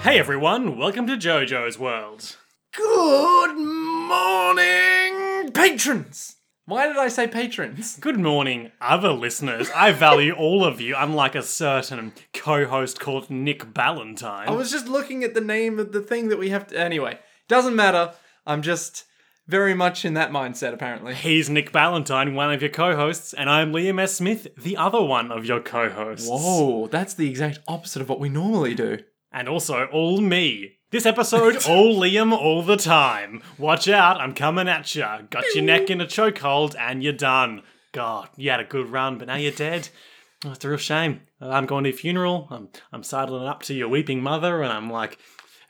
Hey everyone, welcome to JoJo's World. Good morning, patrons! Why did I say patrons? Good morning, other listeners. I value all of you, unlike a certain co host called Nick Ballantyne. I was just looking at the name of the thing that we have to. Anyway, doesn't matter. I'm just very much in that mindset, apparently. He's Nick Ballantyne, one of your co hosts, and I'm Liam S. Smith, the other one of your co hosts. Whoa, that's the exact opposite of what we normally do. And also, all me. This episode, all Liam all the time. Watch out, I'm coming at ya. Got your neck in a chokehold, and you're done. God, you had a good run, but now you're dead. Oh, it's a real shame. I'm going to your funeral. I'm I'm sidling up to your weeping mother, and I'm like,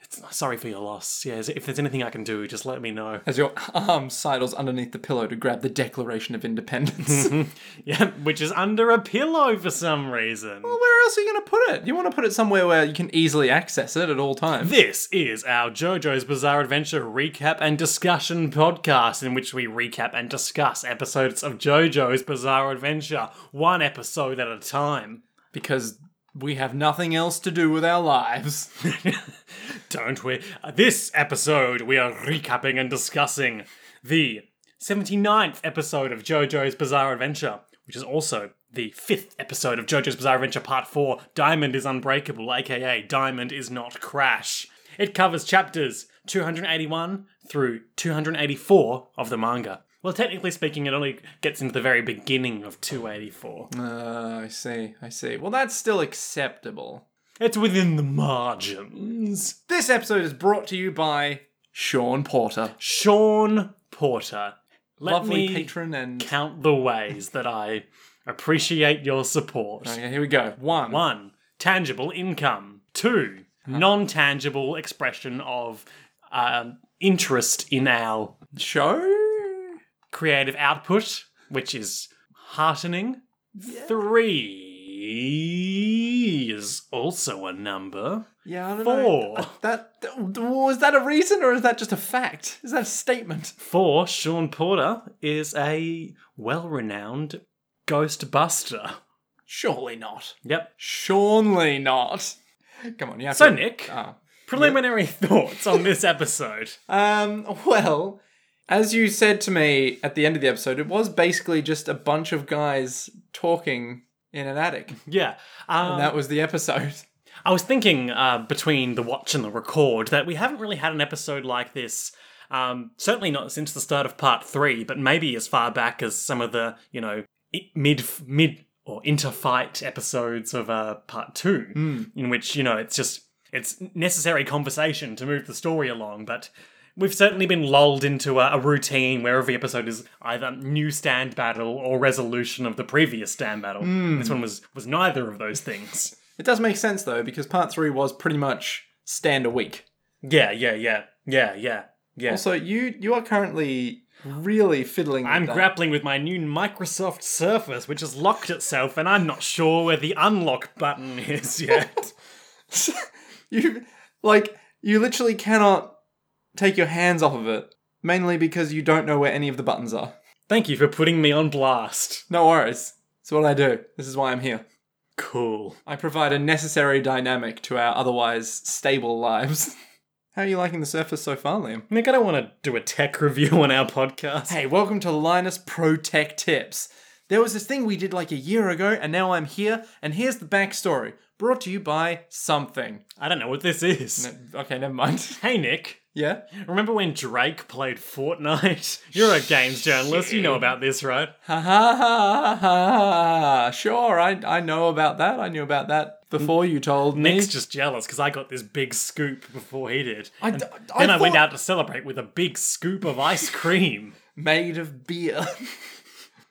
it's, sorry for your loss. Yeah, if there's anything I can do, just let me know. As your arm sidles underneath the pillow to grab the Declaration of Independence. Yeah, which is under a pillow for some reason. Well, where else are you going to put it? You want to put it somewhere where you can easily access it at all times. This is our JoJo's Bizarre Adventure recap and discussion podcast, in which we recap and discuss episodes of JoJo's Bizarre Adventure, one episode at a time. Because we have nothing else to do with our lives. Don't we? Uh, This episode, we are recapping and discussing the 79th episode of JoJo's Bizarre Adventure, which is also the fifth episode of JoJo's Bizarre Adventure Part 4 Diamond is Unbreakable, aka Diamond is Not Crash. It covers chapters 281 through 284 of the manga. Well, technically speaking, it only gets into the very beginning of 284. Uh, I see, I see. Well, that's still acceptable. It's within the margins. This episode is brought to you by Sean Porter, Sean Porter. Let lovely me patron and. count the ways that I appreciate your support. Okay, Oh, here we go. One. One, tangible income. Two, Uh-huh. non tangible expression of um, interest in our Show? creative output, which is heartening. Three is also a number. Yeah, I don't Four. know. That, that, was that a reason or is that just a fact? Is that a statement? Four, Sean Porter is a well renowned ghost buster. Surely not. Yep. Surely not. Come on, you have So, to. Nick, Ah. preliminary thoughts on this episode. Um, well, as you said to me at the end of the episode, it was basically just a bunch of guys talking in an attic. Yeah. Um, And that was the episode. I was thinking uh, between the watch and the record that we haven't really had an episode like this. Um, certainly not since the start of part three, but maybe as far back as some of the you know i- mid mid or interfight episodes of uh, part two, in which you know it's just it's necessary conversation to move the story along, but. We've certainly been lulled into a, a routine where every episode is either new stand battle or resolution of the previous stand battle. This one was was neither of those things. It does make sense though, because part three was pretty much stand a week. Yeah, yeah, yeah, yeah, yeah, yeah. Also, you you are currently really fiddling. I'm with that. grappling with my new Microsoft Surface, which has locked itself, and I'm not sure where the unlock button Mm. is yet. you like you literally cannot take your hands off of it, mainly because you don't know where any of the buttons are. Thank you for putting me on blast. No worries. It's what I do. This is why I'm here. Cool. I provide a necessary dynamic to our otherwise stable lives. How are you liking the surface so far, Liam? Nick, I don't want to do a tech review on our podcast. Hey, welcome to Linus Pro Tech Tips. There was this thing we did like a year ago, and now I'm here, and here's the backstory. Brought to you by something. I don't know what this is. Okay, never mind. Hey, Nick. yeah? Remember when Drake played Fortnite? You're a games journalist. You know about this, right? Ha ha ha ha ha. Sure, I, I know about that. I knew about that before you told me. Nick's just jealous because I got this big scoop before he did. I And d- I then I went thought- out to celebrate with a big scoop of ice cream. made of beer.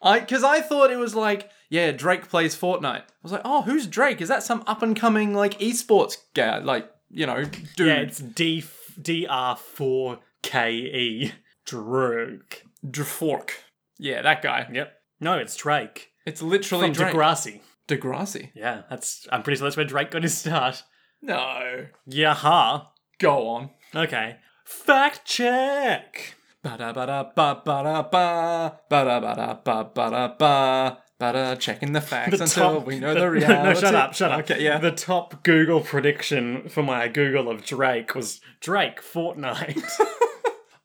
I because I thought it was like, yeah, Drake plays Fortnite. I was like, oh, who's Drake? Is that some up and coming like esports guy? Like, you know, dude, Yeah, it's D D R four K E Drake. Drafork. Yeah, that guy. Yep. No, it's Drake It's literally from Oh, Drake. Degrassi. Degrassi. Yeah, that's. I'm pretty sure that's where Drake got his start. No, Yeah. ha. go on. Okay. Fact check. Ba da ba da ba ba da ba ba da ba da ba ba da ba But uh, checking the facts The until top- we know the- the reality. No, shut up, shut up. Okay, yeah. The top Google prediction for my Google of Drake was Drake Fortnite.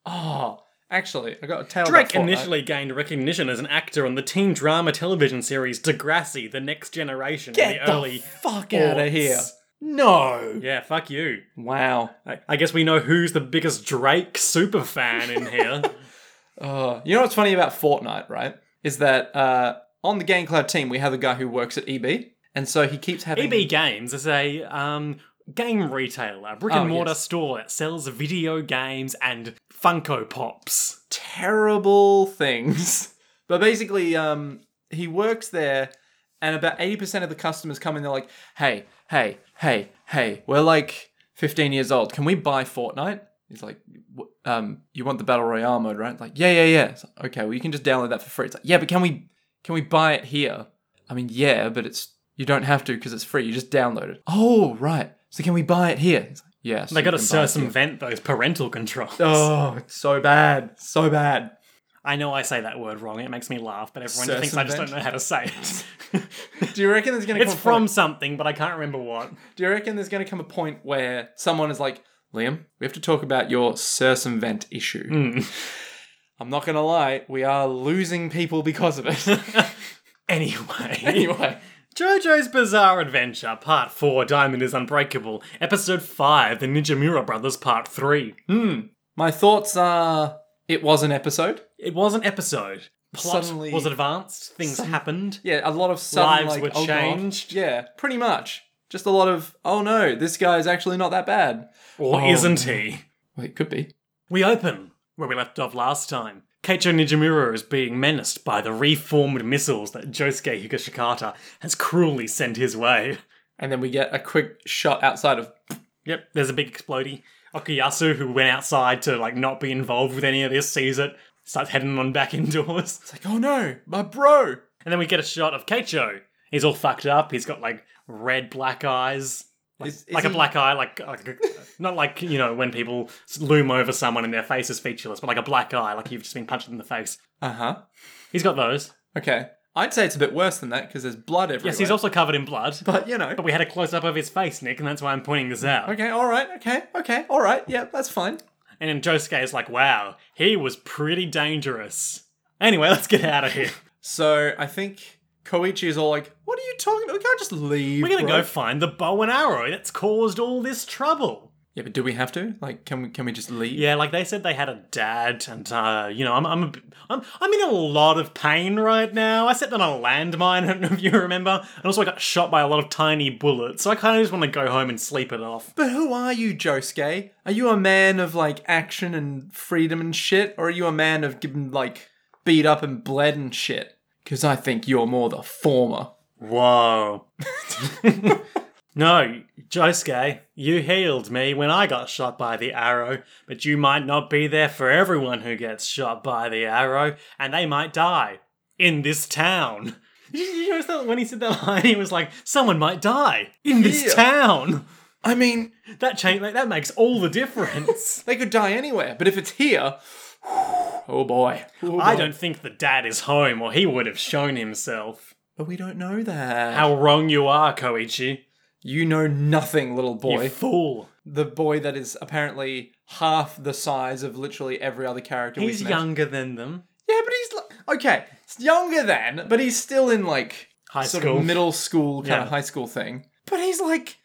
Oh, actually, I got a tale. Drake about Fortnite. initially gained recognition as an actor on the teen drama television series Degrassi: The Next Generation in Get the early fuck out of aughts. here. No. Yeah, fuck you. Wow. I, I guess we know who's the biggest Drake super fan in here. Uh, you know what's funny about Fortnite, right? Is that uh, on the Game Cloud team we have a guy who works at EB, and so he keeps having EB E Games is a um, game retailer, brick Oh, and mortar yes. store that sells video games and Funko Pops. terrible things. But basically, um, he works there, and about 80% of the customers come in, they're like, hey, hey, hey, hey, we're like 15 years old. Can we buy Fortnite? He's like, "W- um, you want the Battle Royale mode, right? Like, yeah, yeah, yeah. It's like, okay, well, you can just download that for free. It's like, yeah, but can we can we buy it here? I mean, yeah, but it's you don't have to because it's free. You just download it. Oh, right. So can we buy it here? It's like, yes. They you got to can buy it here." circumvent those parental controls. Oh, it's so bad. So bad. I know I say that word wrong. It makes me laugh, but everyone thinks I just don't Circumvent? know how to say it. Do you reckon there's gonna it's come a from point- something, but I can't remember what. Do you reckon there's gonna come a point where someone is like, Liam, we have to talk about your circumvent issue. I'm not gonna lie, we are losing people because of it. Anyway. anyway, JoJo's Bizarre Adventure, Part 4, Diamond is Unbreakable, Episode 5, The Ninjamura Brothers, Part 3. my thoughts are it was an episode. It was an episode. Plot Suddenly- was advanced, things happened. Yeah, a lot of sudden, Lives like, were oh, God. changed. Yeah, pretty much. Just a lot of oh no, this guy is actually not that bad. Or Oh. isn't he? Well, it could be. We open where we left off last time. Keicho Nijimura is being menaced by the reformed missiles that Josuke Higashikata has cruelly sent his way. And then we get a quick shot outside of Yep, there's a big explodey. Okuyasu, who went outside to like not be involved with any of this, sees it, starts heading on back indoors. it's like, oh no, my bro. And then we get a shot of Keicho. He's all fucked up. He's got like red black eyes. Like, Is- is like a he- black eye, like, like a, not like, you know, when people loom over someone and their face is featureless, but like a black eye, like you've just been punched in the face. Uh-huh. He's got those. Okay. I'd say it's a bit worse than that because there's blood everywhere. Yes, he's also covered in blood. But you know. But we had a close up of his face, Nick, and that's why I'm pointing this out. Okay, all right, okay, okay, all right, yeah, that's fine. And then Josuke is like, wow, he was pretty dangerous. Anyway, let's get out of here. So I think Koichi is all like, "What are you talking about? We can't just leave." We're gonna bro." go find the bow and arrow that's caused all this trouble. Yeah, but do we have to? Like, can we can we just leave? Yeah, like they said they had a dad, and uh, you know, I'm I'm, a b- I'm I'm in a lot of pain right now. I sat on a landmine, I don't know if you remember, and also I got shot by a lot of tiny bullets. So I kind of just want to go home and sleep it off. But who are you, Josuke? Are you a man of like action and freedom and shit, or are you a man of getting like beat up and bled and shit? Because I think you're more the former. Whoa. no, Josuke, you healed me when I got shot by the arrow, but you might not be there for everyone who gets shot by the arrow, and they might die in this town. Did you notice that when he said that line, he was like, "Someone might die in this Yeah. town." I mean, That change, like, that makes all the difference. they could die anywhere, but if it's here, oh boy. Oh I boy. don't think the dad is home, or he would have shown himself. But we don't know that. How wrong you are, Koichi! You know nothing, little boy. You fool. the boy that is apparently half the size of literally every other character. He's we've met. younger than them. Yeah, but he's like, okay, it's younger than, but he's still in like High sort school. of middle school kind Yeah. of high school thing. But he's like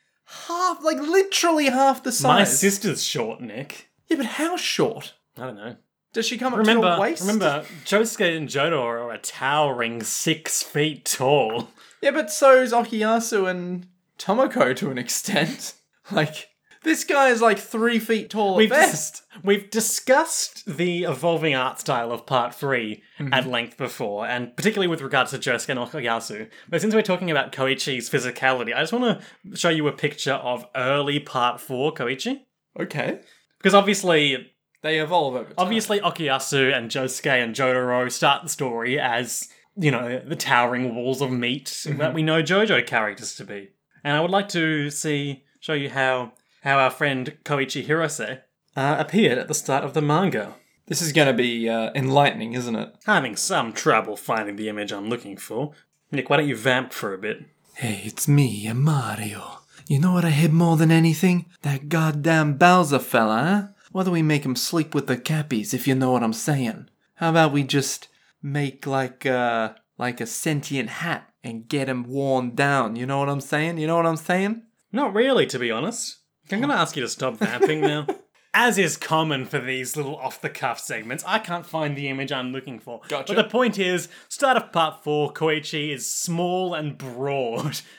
half, like literally half the size. My sister's short, Nick. yeah, but how short? I don't know. Does she come up to Remember, your waist? remember, Josuke and Jodo are a towering six feet tall. Yeah, but so's Okuyasu and Tomoko to an extent. Like this guy is like three feet tall at We've dis- best. We've discussed the evolving art style of Part 3 at length before, and particularly with regards to Josuke and Okuyasu. But since we're talking about Koichi's physicality, I just want to show you a picture of early Part 4 Koichi. Okay, Because obviously, they evolve over time. obviously Okuyasu and Josuke and Jotaro start the story as, you know, the towering walls of meat that we know JoJo characters to be. And I would like to see, show you how, how our friend Koichi Hirose uh, appeared at the start of the manga. This is going to be uh, enlightening, isn't it? Having some trouble finding the image I'm looking for. Nick, why don't you vamp for a bit? Hey, it's me, a Mario. You know what I hate more than anything? That goddamn Bowser fella, huh? Why do we make him sleep with the cappies, if you know what I'm saying? How about we just make like a, like a sentient hat and get him worn down, you know what I'm saying? You know what I'm saying? Not really, to be honest. I'm going to ask you to stop vamping now. As is common for these little off the cuff segments, I can't find the image I'm looking for. Gotcha. But the point is, start of part four, Koichi is small and broad.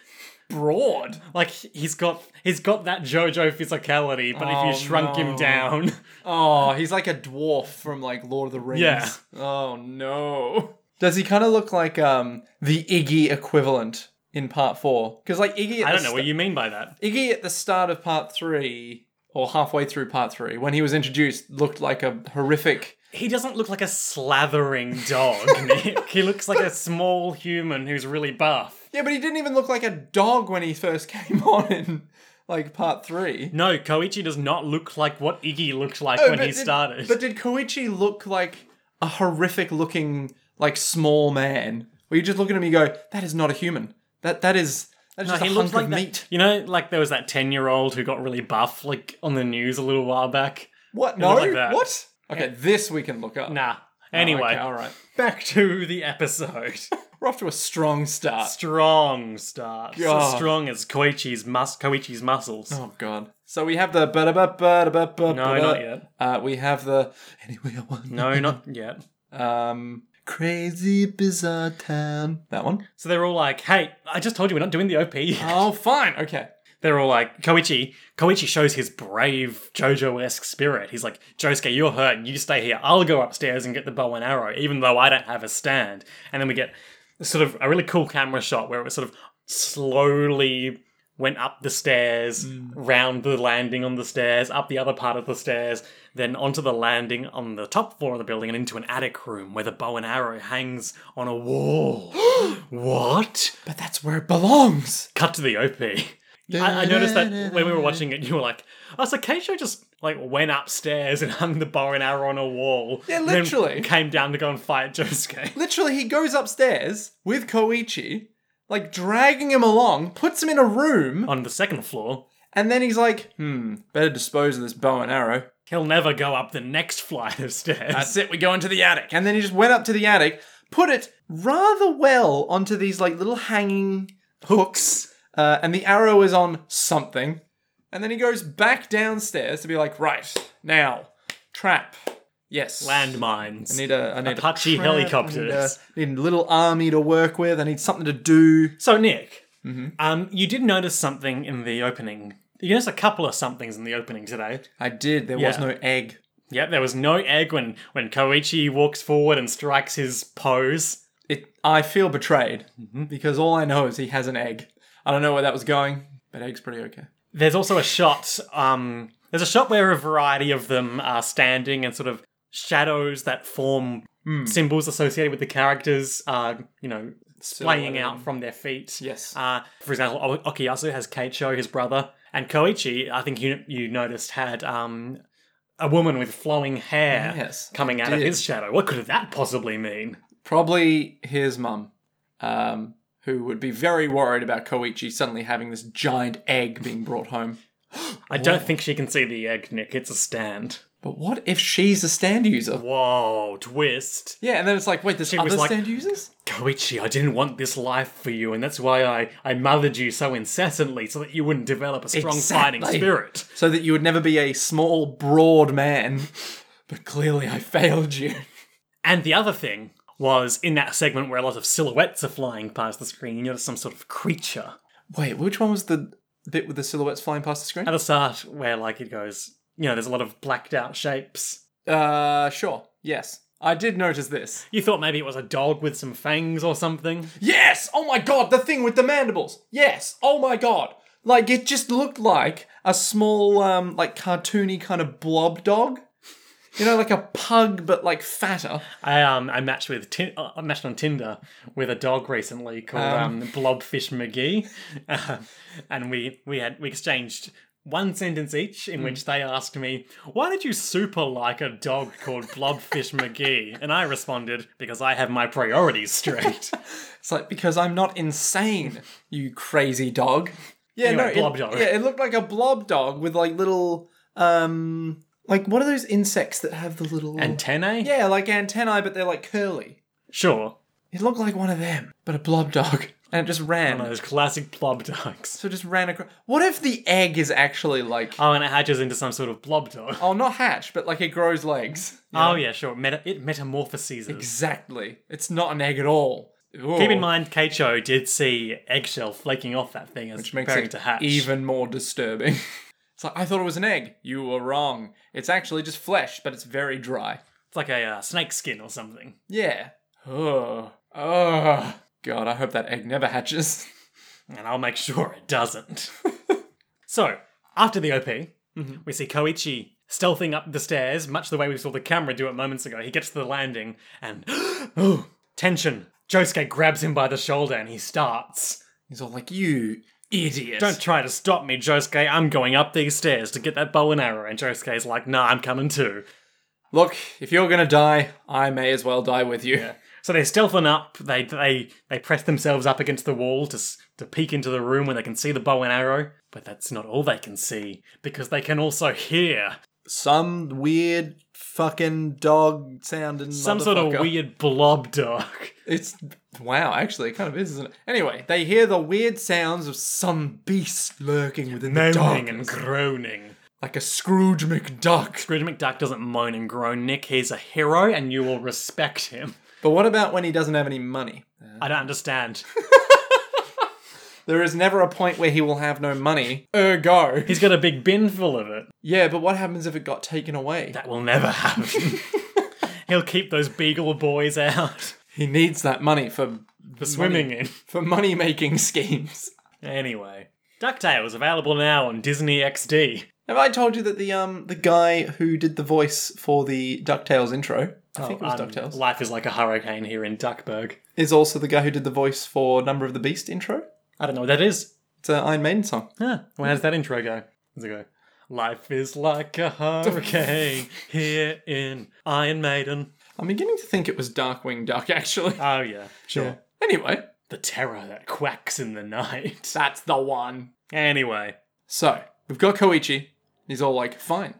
Broad? Like he's got he's got that JoJo physicality, but Oh, if you shrunk him no. down, Oh, he's like a dwarf from like Lord of the Rings. Yeah. Oh no. Does he kind of look like um the Iggy equivalent in part four? Because like Iggy, at I the don't know what you mean by that. Iggy at the start of part three, or halfway through part three, when he was introduced, looked like a horrific. He doesn't look like a slathering dog, Nick. He looks like a small human who's really buff. Yeah, but he didn't even look like a dog when he first came on in like part three. No, Koichi does not look like what Iggy looked like when Oh, but he did- started. But did Koichi look like a horrific looking, like small man? Where you just look at him and you go, "That is not a human. That that is that is No, just he a looks hunk like of that- meat." You know, like there was that ten-year-old who got really buff, like on the news a little while back. What? looked No. like that. what? Okay, this we can look up. Nah. Anyway, Oh, Okay, all right. back to the episode. We're off to a strong start. strong start. So God. strong as Koichi's mus- Koichi's muscles. Oh god. So we have the ba ba ba ba ba No, not yet. Uh, we have the anyway I want. No, not yet. Um, crazy bizarre town. That one. So they're all like, "Hey, I just told you we're not doing the OP." Oh, fine. Okay. they're all like, "Koichi, Koichi shows his brave JoJo-esque spirit. He's like, Josuke, you're hurt, and you stay here. I'll go upstairs and get the bow and arrow, even though I don't have a stand." And then we get sort of a really cool camera shot where it was sort of slowly went up the stairs, round the landing on the stairs, up the other part of the stairs, then onto the landing on the top floor of the building and into an attic room where the bow and arrow hangs on a wall. what? But that's where it belongs. Cut to the OP. I, I noticed that when we were watching it, you were like, oh, so Keisho just like went upstairs and hung the bow and arrow on a wall. Yeah, and then literally. came down to go and fight Josuke. Literally, he goes upstairs with Koichi, like dragging him along, puts him in a room, on the second floor. and then he's like, "Hmm, better dispose of this bow and arrow." He'll never go up the next flight of stairs. it. We go into the attic, and then he just went up to the attic, put it rather well onto these like little hanging hooks, uh, and the arrow is on something. And then he goes back downstairs to be like, right now, trap. Yes, landmines. I need a I need a Apache trap, I need a- helicopters. need a little army to work with. I need something to do. so Nick, Mm-hmm. um, you did notice something in the opening. You noticed a couple of somethings in the opening today. I did. There was Yeah. no egg. Yep, there was no egg when when Koichi walks forward and strikes his pose. It. I feel betrayed Mm-hmm. because all I know is he has an egg. I don't know where that was going, but egg's pretty okay. There's also a shot. Um, there's a shot where a variety of them are standing and sort of shadows that form symbols associated with the characters. Uh, you know, splaying out from their feet. uh, Yes. Uh, for example, o- Okuyasu has Keicho, his brother, and Koichi. I think you you noticed had um, a woman with flowing hair Yes, coming I out of did. his shadow. What could that possibly mean? Probably his mum, um, who would be very worried about Koichi suddenly having this giant egg being brought home. I don't think she can see the egg, Nick. It's a stand. But what if she's a stand user? Whoa, twist. Yeah, and then it's like, wait, there's was other like- stand users? Koichi, I didn't want this life for you, and that's why I, I mothered you so incessantly so that you wouldn't develop a strong fighting Exactly. spirit. So that you would never be a small, broad man. But clearly I failed you. And the other thing was in that segment where a lot of silhouettes are flying past the screen, you notice some sort of creature. Wait, which one was the bit with the silhouettes flying past the screen? At the start, where like it goes, you know, there's a lot of blacked out shapes. Uh, sure. Yes. I did notice this. You thought maybe it was a dog with some fangs or something. Yes! Oh my god, the thing with the mandibles! Yes! Oh my god! Like, it just looked like a small, um, like cartoony kind of blob dog. You know, like a pug, but like fatter. I um I matched with tin- uh, I matched on Tinder with a dog recently called um, Blobfish McGee, um, and we we had we exchanged one sentence each Hmm. in which they asked me, Why did you super like a dog called Blobfish McGee? And I responded, Because I have my priorities straight. It's like because I'm not insane, you crazy dog. Yeah, Anyway, no, blob it, dog. Yeah, it looked like a blob dog with like little um like what are those insects that have the little Antennae? Yeah, like antennae, but they're like curly. Sure. It looked like one of them, but a blob dog. And it just ran. One of those classic blob dogs. So it just ran across. What if the egg is actually like Oh, and it hatches into some sort of blob dog. oh, not hatch, but like it grows legs. Oh, yeah, sure. Meta- it metamorphoses. Exactly. It's not an egg at all. Keep in mind, Keicho did see eggshell flaking off that thing as which makes preparing it to hatch. even more disturbing. it's like I thought it was an egg. You were wrong. It's actually just flesh, but it's very dry. It's like a uh, snake skin or something. Yeah. Oh. Oh. God, I hope that egg never hatches. and I'll make sure it doesn't. so, after the OP, we see Koichi stealthing up the stairs, much the way we saw the camera do it moments ago. He gets to the landing and oh, tension. Josuke grabs him by the shoulder and he starts. He's all like, "You idiot!" Don't try to stop me, Josuke. I'm going up these stairs to get that bow and arrow. And Josuke's like, nah, I'm coming too. Look, if you're gonna die, I may as well die with you. So they're stealthing up. They they they press themselves up against the wall to s- to peek into the room where they can see the bow and arrow. But that's not all they can see because they can also hear Some weird fucking dog sounding. some sort of motherfucker. weird blob dog. It's wow, actually, it kind of is, isn't it? Anyway, they hear the weird sounds of some beast lurking within the Moaning and darkness, groaning. like a Scrooge McDuck. Scrooge McDuck doesn't moan and groan, Nick. He's a hero and you will respect him. But what about when he doesn't have any money? I don't understand. There is never a point where he will have no money. Ergo. He's got a big bin full of it. Yeah, but what happens if it got taken away? That will never happen. He'll keep those beagle boys out He needs that money for for swimming in. for money making schemes. Anyway, DuckTales available now on Disney XD. Have I told you that the um the guy who did the voice for the DuckTales intro, I think it was Um, DuckTales, Life is like a hurricane here in Duckburg. is also the guy who did the voice for Number of the Beast intro? I don't know what that is. It's an Iron Maiden song. Huh. Where does that intro go? Does it go? Life is like a hurricane here in Iron Maiden. I'm beginning to think it was Darkwing Duck actually. Oh yeah, sure. Yeah. Anyway, The terror that quacks in the night. that's the one. Anyway, So we've got Koichi. He's all like, "Fine,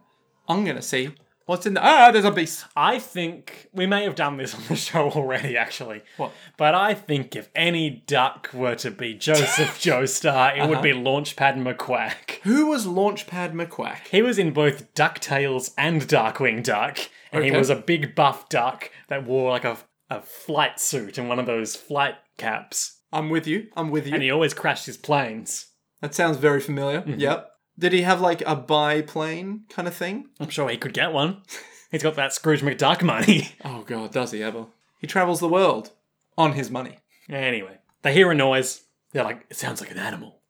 I'm gonna see what's in the ah." There's a beast. I think we may have done this on the show already, actually. What? But I think if any duck were to be Joseph Joestar, it Uh-huh. would be Launchpad McQuack. Who was Launchpad McQuack? He was in both DuckTales and Darkwing Duck, and he Okay. was a big buff duck that wore like a, a flight suit and one of those flight caps. I'm with you. I'm with you. And he always crashed his planes. that sounds very familiar. Yep. Did he have like a biplane kind of thing? I'm sure he could get one. He's got that Scrooge McDuck money. Oh god, does he ever? He travels the world on his money. anyway, they hear a noise. They're like, it sounds like an animal.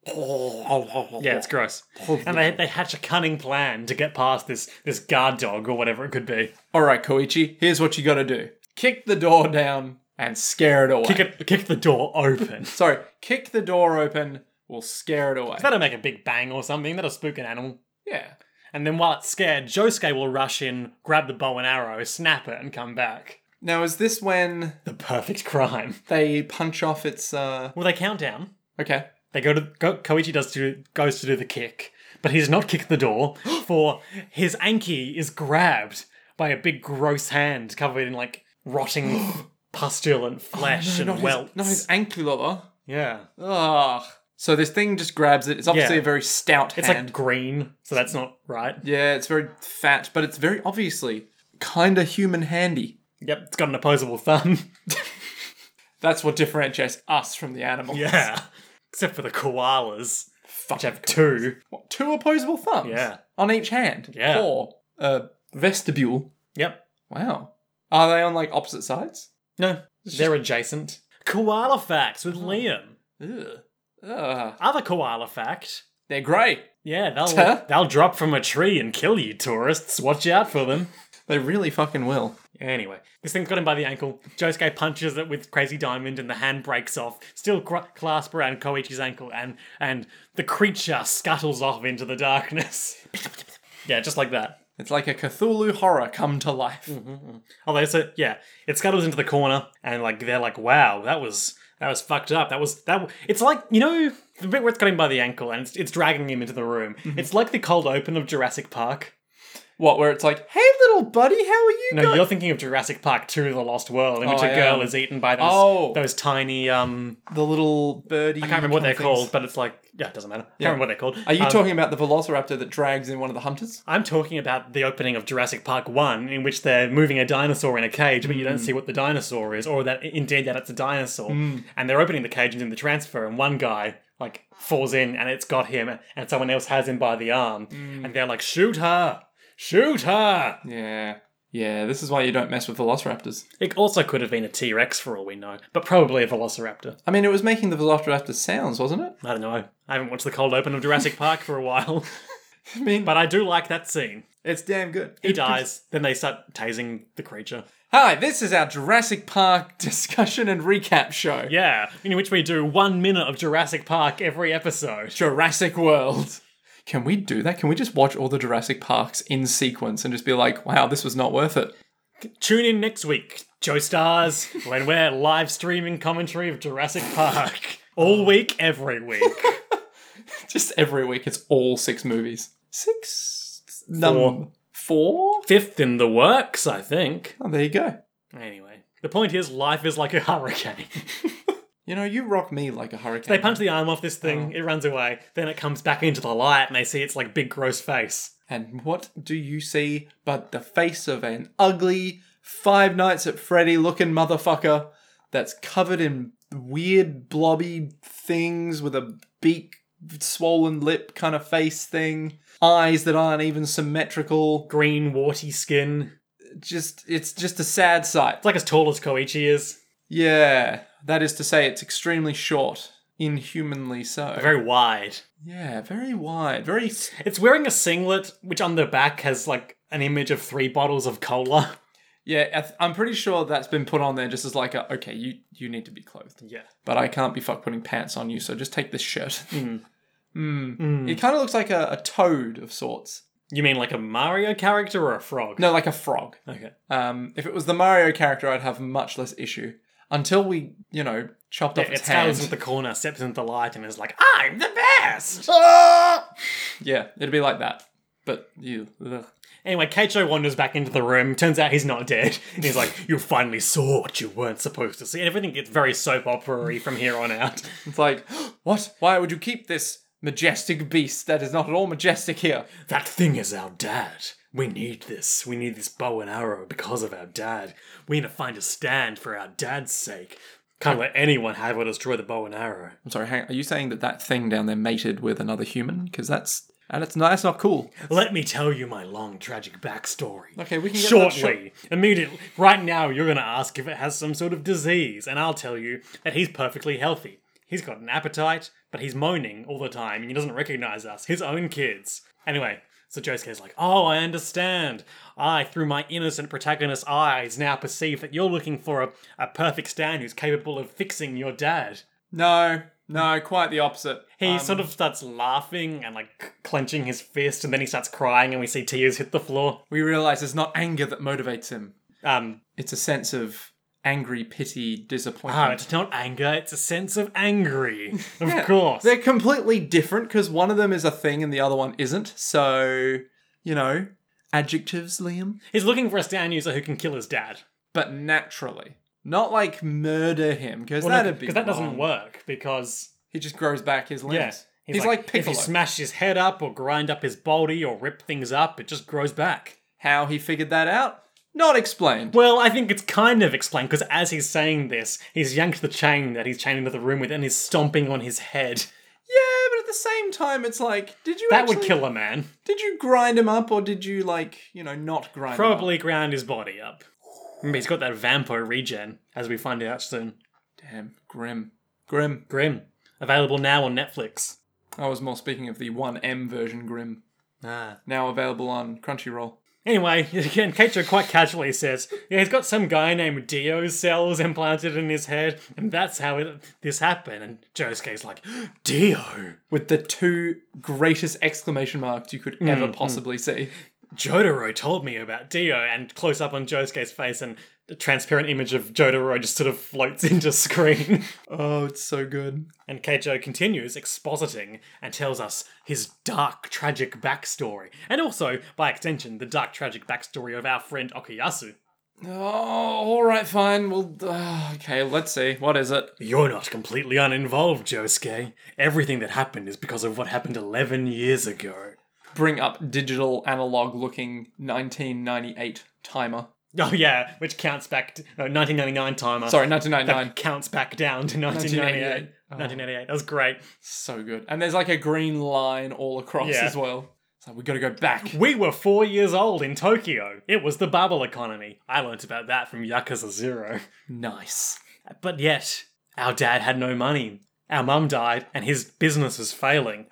Yeah, it's gross. And they, they hatch a cunning plan to get past this, this guard dog or whatever it could be. All right, Koichi. Here's what you got to do: kick the door down and scare it away. Kick, it, kick the door open. Sorry, kick the door open. We'll scare it away. That'll make a big bang or something. That'll spook an animal. yeah. And then while it's scared, Josuke will rush in, grab the bow and arrow, snap it, and come back. Now is this when The perfect crime. they punch off its uh Well, they count down. okay. They go to go, Koichi does to goes to do the kick, but he's not kicked the door, for his Anki is grabbed by a big gross hand covered in like rotting pustulent flesh Oh, not and welts. His, not his ankylover. yeah. Ugh. So this thing just grabs it. It's obviously Yeah. a very stout It's hand. like green, so that's not right. yeah, it's very fat, but it's very obviously kinda human handy. Yep, it's got an opposable thumb. That's what differentiates us from the animals. yeah. Except for the koalas, Fuck. which have two. What, two opposable thumbs. Yeah. On each hand. Yeah. Or a vestibule. Yep, Wow. Are they on like opposite sides? No, they're adjacent. Oh. Koala facts with Liam. Ugh. Ugh. Other koala fact. They're grey. Yeah, they'll Huh? they'll drop from a tree and kill you, tourists. Watch out for them. They really fucking will. Anyway, this thing's got him by the ankle. Josuke punches it with Crazy Diamond, and the hand breaks off, still cr- clasped around Koichi's ankle, and and the creature scuttles off into the darkness. yeah, just like that. It's like a Cthulhu horror come to life. Hmm. Although, so yeah, Oh, it scuttles into the corner, and like they're like, "Wow, that was that was fucked up. That was that." w-" It's like you know the bit where it's got him by the ankle and it's, it's dragging him into the room. Mm-hmm. It's like the cold open of Jurassic Park. What, where it's like, hey, little buddy, how are you No, going? you're thinking of Jurassic Park 2 The Lost World, in which Oh, a I girl am. is eaten by those, Oh. those tiny, um, The little birdie. I can't remember what they're called, things. but it's like, yeah, it doesn't matter. I Yeah. can't remember what they're called. Are you Um, talking about the velociraptor that drags in one of the hunters? I'm talking about the opening of Jurassic Park 1, in which they're moving a dinosaur in a cage, but you don't see what the dinosaur is, or that indeed that it's a dinosaur. And they're opening the cage and doing the transfer, and one guy, like, falls in and it's got him, and someone else has him by the arm, and they're like, shoot her! Shoot her! Yeah. Yeah, this is why you don't mess with velociraptors. It also could have been a T Rex for all we know, but probably a Velociraptor. I mean, it was making the velociraptor sounds, wasn't it? I don't know. I haven't watched the cold open of Jurassic Park for a while, I mean, but I do like that scene. it's damn good. He dies, then they start tasing the creature. Hi, this is our Jurassic Park discussion and recap show. Yeah, in which we do one minute of Jurassic Park every episode. Jurassic World. Can we do that? Can we just watch all the Jurassic Parks in sequence and just be like, wow, this was not worth it? Tune in next week, Joe Stars, when we're live streaming commentary of Jurassic Park. All week, every week. Just every week, it's all six movies. Six? Four. Num- four? Fifth in the works, I think. Oh, there you go. Anyway, the point is, life is like a hurricane. You know, you rock me like a hurricane. They punch the arm off this thing, it runs away, then it comes back into the light and they see its like big gross face. and what do you see but the face of an ugly Five Nights at Freddy looking motherfucker that's covered in weird blobby things with a beak, swollen lip kind of face thing, eyes that aren't even symmetrical. Green, warty skin. Just, it's just a sad sight. It's like as tall as Koichi is. Yeah, that is to say, it's extremely short, inhumanly so. Very wide. Yeah, very wide, very It's wearing a singlet, which on the back has like an image of three bottles of cola. Yeah, I th- I'm pretty sure that's been put on there just as like, a, okay, you you need to be clothed, Yeah. but I can't be fuck putting pants on you, so just take this shirt. Mm. Mm. It kind of looks like a, a toad of sorts. You mean like a Mario character or a frog? No, like a frog. Okay. Um, if it was the Mario character, I'd have much less issue. Until we, you know, chopped off It its hand. scales into the corner, steps into the light, and is like, I'm the best! Ah! Yeah, it'd be like that. But you, ugh. Anyway, Keicho wanders back into the room. Turns out he's not dead. And he's like, You finally saw what you weren't supposed to see. And everything gets very soap opera from here on out. it's like, what? Why would you keep this majestic beast that is not at all majestic here? That thing is our dad. We need this. We need this bow and arrow because of our dad. We need to find a stand for our dad's sake. Can't let anyone have or destroy the bow and arrow. I'm sorry, hang, are you saying that that thing down there mated with another human? Because that's and it's not, that's not cool. Let me tell you my long tragic backstory. Okay, we can get that shortly, immediately, right now. You're gonna ask if it has some sort of disease, and I'll tell you that he's perfectly healthy. He's got an appetite, but he's moaning all the time, and he doesn't recognize us, his own kids. Anyway, so Josuke's like, "Oh, I understand. I, through my innocent protagonist's eyes, now perceive that you're looking for a, a perfect stand who's capable of fixing your dad." No, no, quite the opposite. He sort of starts laughing and like c- clenching his fist, and then he starts crying, and we see tears hit the floor. We realize it's not anger that motivates him. Um, It's a sense of angry pity, oh, disappointment. it's not anger; it's a sense of angry. Ah, Of course, They're completely different because one of them is a thing and the other one isn't. So, you know, adjectives, Liam. he's looking for a stand user who can kill his dad. But naturally, not like murder him because Well, no, that'd be that doesn't wrong. work because He just grows back his limbs. yeah, He's, like, if Piccolo. you smash his head up or grind up his body or rip things up, it just grows back. How he figured that out? Not explained. Well, I think it's kind of explained because as he's saying this, he's yanked the chain that he's chained into the room with and he's stomping on his head. Yeah, but at the same time, it's like, did you That actually, would kill a man. Did you grind him up, or did you like, you know, not grind? him up? Probably ground his body up. Remember, he's got that Vampo regen, as we find out soon. Damn, grim, grim. Grim. Available now on Netflix. I was more speaking of the one M version, grim, Ah. now available on Crunchyroll. Anyway, again, Keiichiro quite casually says, "Yeah, he's got some guy named Dio cells implanted in his head, and that's how it, this happened." And Josuke's like, "Dio, With the two greatest exclamation marks you could ever possibly see. Jotaro told me about Dio," and close up on Josuke's face, and a transparent image of Jotaro just sort of floats into screen. Oh, it's so good. And Keijo continues expositing and tells us his dark, tragic backstory, and also, by extension, the dark, tragic backstory of our friend Okuyasu. Oh, all right, fine. Well, uh, okay, let's see. What is it? You're not completely uninvolved, Josuke. Everything that happened is because of what happened 11 years ago. Bring up digital analog looking 1998 timer. Oh, yeah, which counts back uh, to no, 1999 timer. Sorry, 1999. Counts back down to 1998. 1988. 1988. That was great. So good. And there's like a green line all across Yeah. as well. So we got to go back. We were four years old in Tokyo. It was the bubble economy. I learnt about that from Yakuza Zero. Nice. But yet, our dad had no money. Our mum died, and his business was failing.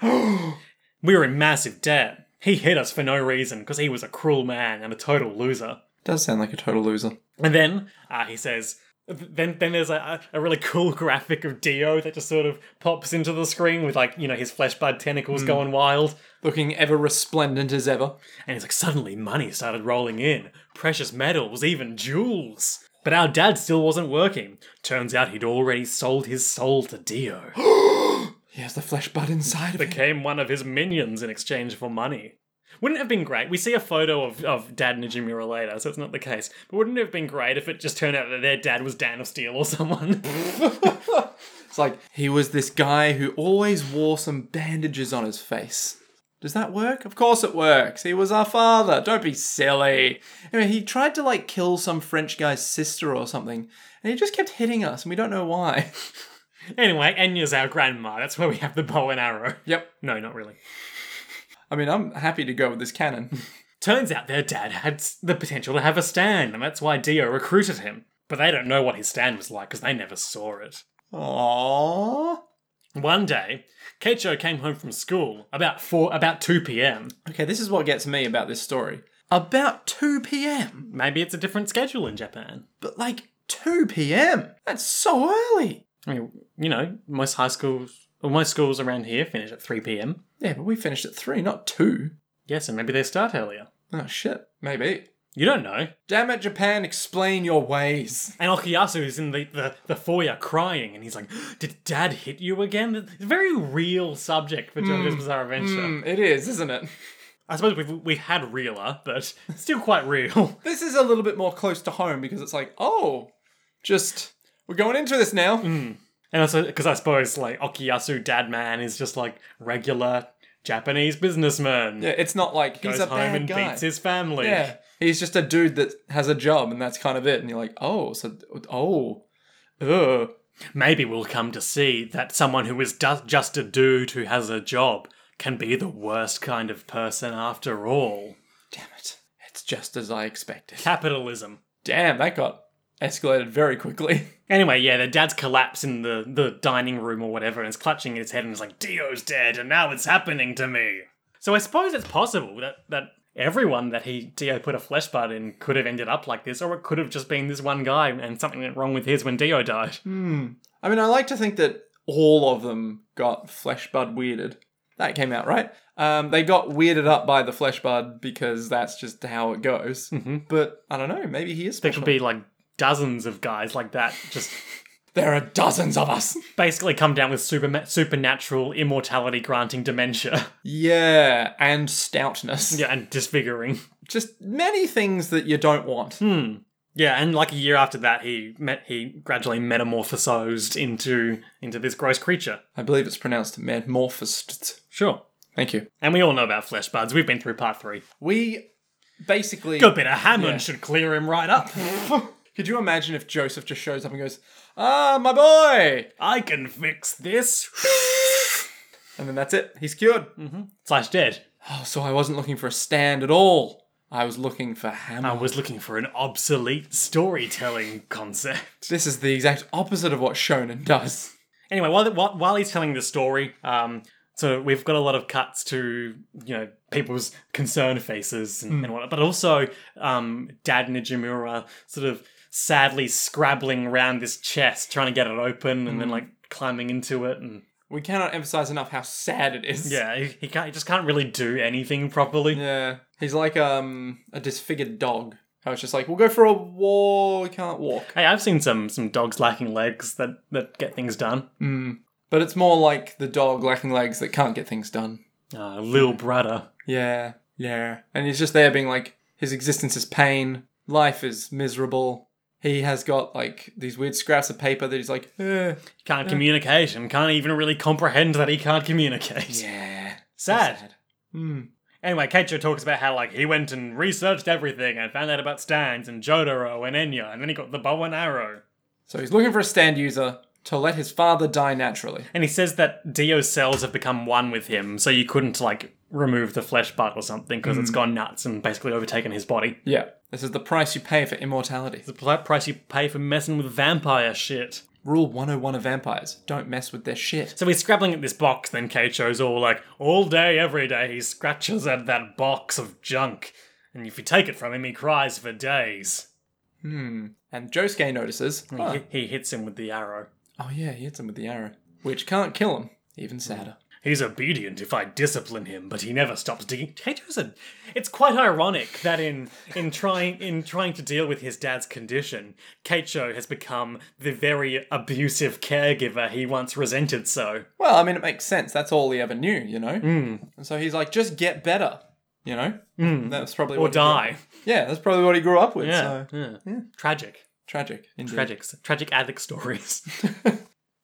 we were in massive debt. He hit us for no reason because he was a cruel man and a total loser. Does sound like a total loser. And then uh, he says, then then there's a, a really cool graphic of Dio that just sort of pops into the screen with like you know his flesh bud tentacles going wild. Looking ever resplendent as ever. And he's like, suddenly money started rolling in. Precious metals, even jewels. But our dad still wasn't working. Turns out he'd already sold his soul to Dio. He has the flesh bud inside of him. became one of his minions in exchange for money. Wouldn't it have been great? We see a photo of, of Dad Najimura later, so it's not the case. But wouldn't it have been great if it just turned out that their dad was Dan of Steel or someone? It's like he was this guy who always wore some bandages on his face. Does that work? Of course it works. He was our father. Don't be silly. I mean, he tried to like kill some French guy's sister or something, and he just kept hitting us, and we don't know why. anyway, Enya's our grandma. That's where we have the bow and arrow. Yep. No, not really. I mean, I'm happy to go with this cannon. Turns out their dad had s- the potential to have a stand, and that's why Dio recruited him. But they don't know what his stand was like because they never saw it. Aww. One day, Keicho came home from school about four, about two p.m. Okay, this is what gets me about this story. About 2 p.m. Maybe it's a different schedule in Japan. But like 2 p.m. That's so early. I mean, you know, most high schools, or most schools around here finish at 3 p.m. Yeah, but we finished at 3, not 2. Yes, and maybe they start earlier. Oh shit. Maybe. You don't know. Damn it, Japan, explain your ways. And Okuyasu is in the, the, the foyer crying, and he's like, Did dad hit you again? It's a very real subject for JoJo's Mm. Bizarre Adventure. Hmm, it is, isn't it? I suppose we've, we've had realer, but still quite real. This is a little bit more close to home because it's like, oh, just we're going into this now. Mm. And also, because I suppose, like, Okuyasu Dad Man is just like regular Japanese businessman. Yeah, it's not like he's Goes a home bad and guy. beats his family. yeah, he's just a dude that has a job and that's kind of it. And you're like, oh, so oh, ugh. Maybe we'll come to see that someone who is du- just a dude who has a job can be the worst kind of person after all. damn it, it's just as I expected. Capitalism. Damn, that got escalated very quickly. Anyway, yeah, their dad's collapsed in the, the dining room or whatever and is clutching his head and is like, Dio's dead and now it's happening to me. So I suppose it's possible that, that everyone that he Dio put a flesh bud in could have ended up like this, or it could have just been this one guy and something went wrong with his when Dio died. I mean, I like to think that all of them got flesh bud weirded. That came out right. Um, they got weirded up by the flesh bud because that's just how it goes. But I don't know. Maybe he is There special. could be like dozens of guys like that just There are dozens of us. basically come down with super supernatural immortality granting dementia yeah, and stoutness. yeah and disfiguring Just many things that you don't want. yeah and like a year after that he met he gradually metamorphosized into into this gross creature I believe it's pronounced metamorphosed. sure Thank you. and we all know about flesh buds we've been through part three We basically. a bit of hammond should clear him right up Could you imagine if Joseph just shows up and goes, "Ah, my boy," i can fix this and then that's it. He's cured. slash dead Oh, so I wasn't looking for a stand at all. I was looking for hammer. i was looking for an obsolete storytelling concept This is the exact opposite of what shonen does. anyway, while, while, while he's telling the story, um, so we've got a lot of cuts to you know people's concerned faces and, and whatnot, but also um, Dad Nijimura sort of sadly scrabbling around this chest, trying to get it open, and then like climbing into it, and We cannot emphasize enough how sad it is. yeah, he, he can't, he just can't really do anything properly. Yeah. He's like um a disfigured dog. How it's just like, we'll go for a walk, we can't walk. Hey, I've seen some some dogs lacking legs that that get things done. But it's more like the dog lacking legs that can't get things done. Uh, Lil brother. Yeah, yeah. And he's just there being like, his existence is pain, life is miserable. He has got like these weird scraps of paper that he's like, eh. Can't communicate and can't even really comprehend that he can't communicate. yeah, Sad. sad. Hmm. Anyway, Keicho talks about how like he went and researched everything and found out about stands and Jotaro and Enya, and then he got the bow and arrow. So he's looking for a stand user to let his father die naturally. And he says that Dio's cells have become one with him, so you couldn't like remove the flesh part or something because Mm. it's gone nuts and basically overtaken his body. Yeah. This is the price you pay for immortality. The pl- price you pay for messing with vampire shit. Rule 101 of vampires don't mess with their shit. So he's scrabbling at this box, then Keicho's all like, all day, every day, he scratches at that box of junk. And if you take it from him, he cries for days. And Josuke notices. "Huh. He- He, hits him with the arrow. Oh, yeah, he hits him with the arrow, which can't kill him. Mm. Even sadder. He's obedient if I discipline him, but he never stops digging. Keicho's a. It's quite ironic that in in trying in trying to deal with his dad's condition, Keicho has become the very abusive caregiver he once resented so. Well, I mean, it makes sense. That's all he ever knew, you know? Mm. And so he's like, just get better, you know? That's probably Or what he grew- die. Yeah, that's probably what he grew up with. Yeah. So yeah. Tragic. tragic. Indeed. Tragic. Tragic addict stories.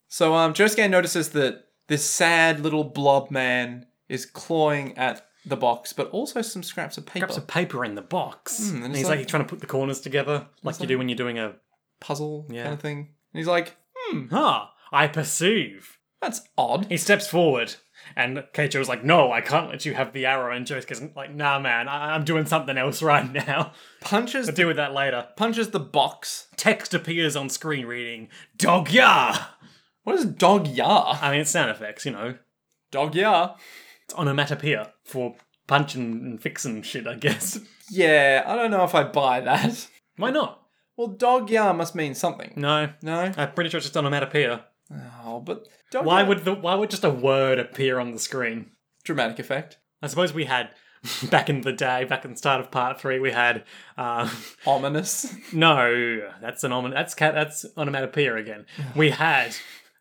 So um, Josuke notices that this sad little blob man is clawing at the box, but also some scraps of paper. Scraps of paper in the box. and, and it's he's like- like, trying to put the corners together, like you do when you're doing a. puzzle Yeah. kind of thing. And he's like, hmm, Ah, I perceive. that's odd. He steps forward, and Keicho's like, "No, I can't let you have the arrow." And Josuke's like, "Nah, man, I- I'm doing something else right now. Punches I'll deal with that later." punches the box. Text appears on screen reading, "Dog ya." What is dog ya? I mean, it's sound effects, you know. Dog ya. It's onomatopoeia for punching and fixing shit, I guess. Yeah, I don't know if I buy that. Why not? Well, dog ya must mean something. No, No. I'm pretty sure it's just onomatopoeia. Oh, but dog Why ya- would the, why would just a word appear on the screen? dramatic effect I suppose we had back in the day, back in the start of part three, we had uh, ominous? no, that's an omen. That's cat. That's onomatopoeia again. We had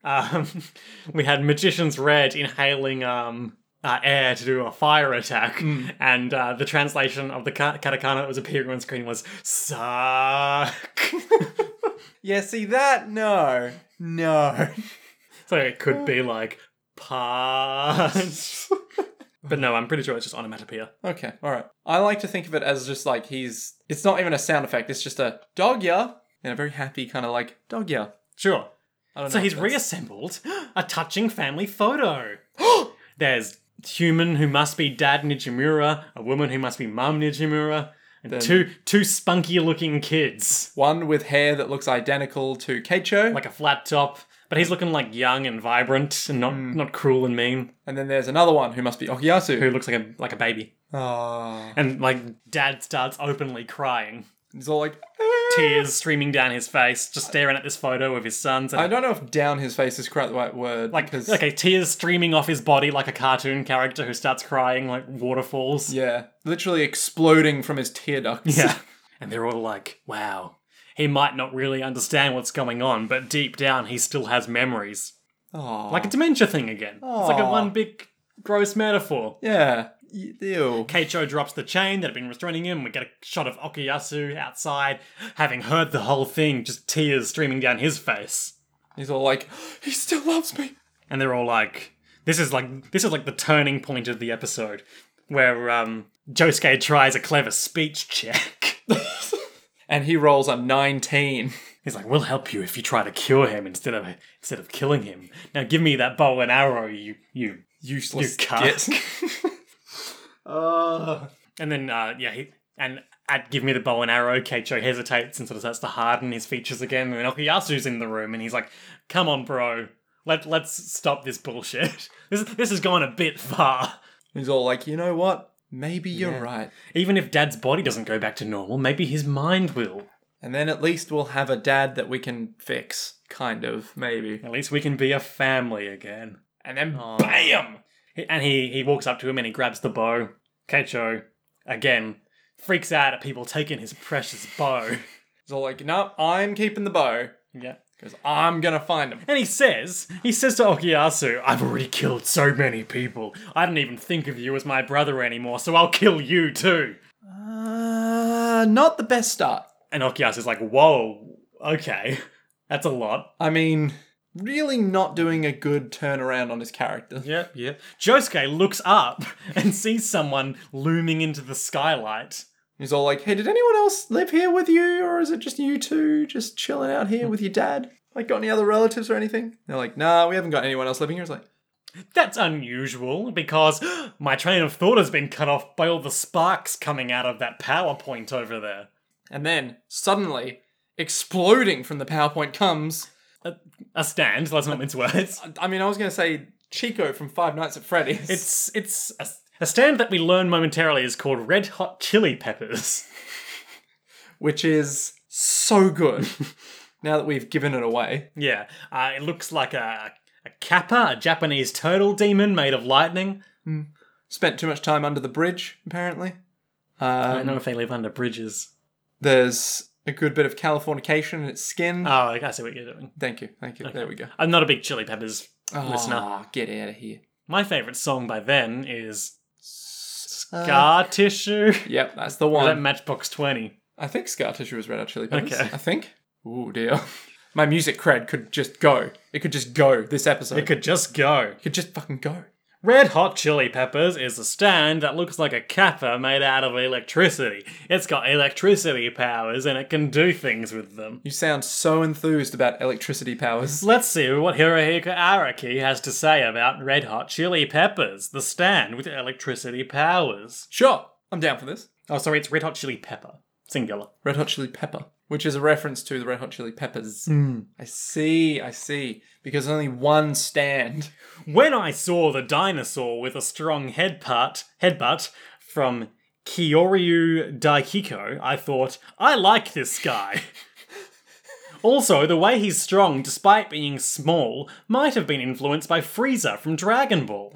um, we had magicians red inhaling um, uh, air to do a fire attack, and uh, the translation of the ka- katakana that was appearing on screen was suck. yeah, see that? No, no. so it could be like punch. But no, I'm pretty sure it's just onomatopoeia. Okay, all right. I like to think of it as just like he's. It's not even a sound effect. It's just a dog ya and a very happy kind of like dog ya. Sure. I don't So know. he's reassembled a touching family photo. There's human who must be dad Nijimura, a woman who must be mum Nijimura, and two two spunky looking kids. One with hair that looks identical to Keicho, Like a flat top, but he's looking like young and vibrant and not Hmm. not cruel and mean. and then there's another one who must be Okuyasu. Who looks like a like a baby. Oh. And like dad starts openly crying. He's all like. "Eh." Tears streaming down his face, just staring at this photo of his sons I and don't know if down his face is quite the right word. like, because, okay, tears streaming off his body like a cartoon character who starts crying like waterfalls. Yeah, literally exploding from his tear ducts. Yeah. And they're all like, wow, he might not really understand what's going on, but deep down he still has memories. Aw. Like a dementia thing again. It's like a Aw. one big gross metaphor. Yeah. Y- Ew. Keicho drops the chain that had been restraining him. We get a shot of Okuyasu outside, having heard the whole thing, just tears streaming down his face. He's all like, he still loves me. and they're all like this is like this is like the turning point of the episode where um Josuke tries a clever speech check. And he rolls a 19. He's like, "We'll help you if you try to cure him instead of instead of killing him. Now give me that bow and arrow, you you you Useless. cunt." Uh, And then uh yeah, he, and at give me the bow and arrow, Keicho hesitates and sort of starts to harden his features again. And then Okuyasu's in the room and he's like, "Come on, bro. Let let's stop this bullshit. This this has gone a bit far." he's all like, you know what? Maybe you're right. Even if dad's body doesn't go back to normal, maybe his mind will. And then at least we'll have a dad that we can fix, kind of, maybe. At least we can be a family again. And then Aw. BAM! He- And he, he walks up to him and he grabs the bow. Keicho, again, freaks out at people taking his precious bow. It's all like, nope, I'm keeping the bow yeah. because I'm gonna find him. And he says, he says to Okuyasu, I've already killed so many people. I don't even think of you as my brother anymore, so I'll kill you too. Uh, not the best start. And Okuyasu's like, whoa, okay. That's a lot. I mean, really not doing a good turnaround on his character. Yep, yep. Josuke looks up and sees someone looming into the skylight. He's all like, hey, did anyone else live here with you, or is it just you two just chilling out here with your dad? Like, got any other relatives or anything? They're like, nah, we haven't got anyone else living here. It's like, That's unusual because my train of thought has been cut off by all the sparks coming out of that PowerPoint over there. and then suddenly, exploding from the PowerPoint comes. A stand, let's not mince words. I- I mean, I was gonna say Chico from Five Nights at Freddy's. It's it's a, a stand that we learn momentarily is called Red Hot Chili Peppers. which is so good. now that we've given it away, yeah, uh, it looks like a a kappa, a Japanese turtle demon made of lightning. spent too much time under the bridge apparently. I Um, don't know if they live under bridges. there's a good bit of Californication in its skin. Oh, I see what you're doing. thank you, thank you. There we go. I'm not a big Chili Peppers listener. Aw, get out of here. My favorite song by them is Uh, Scar Tissue. yep, that's the Or that one. Matchbox Twenty. I think scar tissue was red out chili peppers. Okay. I think. Ooh dear. My music cred could just go. It could just go this episode. It could just go. it could just fucking go. Red Hot Chili Peppers is a stand that looks like a kappa made out of electricity. It's got electricity powers and it can do things with them. You sound so enthused about electricity powers. Let's see what Hirohiko Araki has to say about Red Hot Chili Peppers, the stand with electricity powers. Sure, I'm down for this. Oh, sorry, it's Red Hot Chili Pepper. Singular. Red Hot Chili Pepper, which is a reference to the Red Hot Chili Peppers. I see, I see. Because only one stand. When I saw the dinosaur with a strong headbutt, headbutt from Kiyoryu Daikiko, I thought, I like this guy. also, the way he's strong, despite being small, might have been influenced by Frieza from Dragon Ball.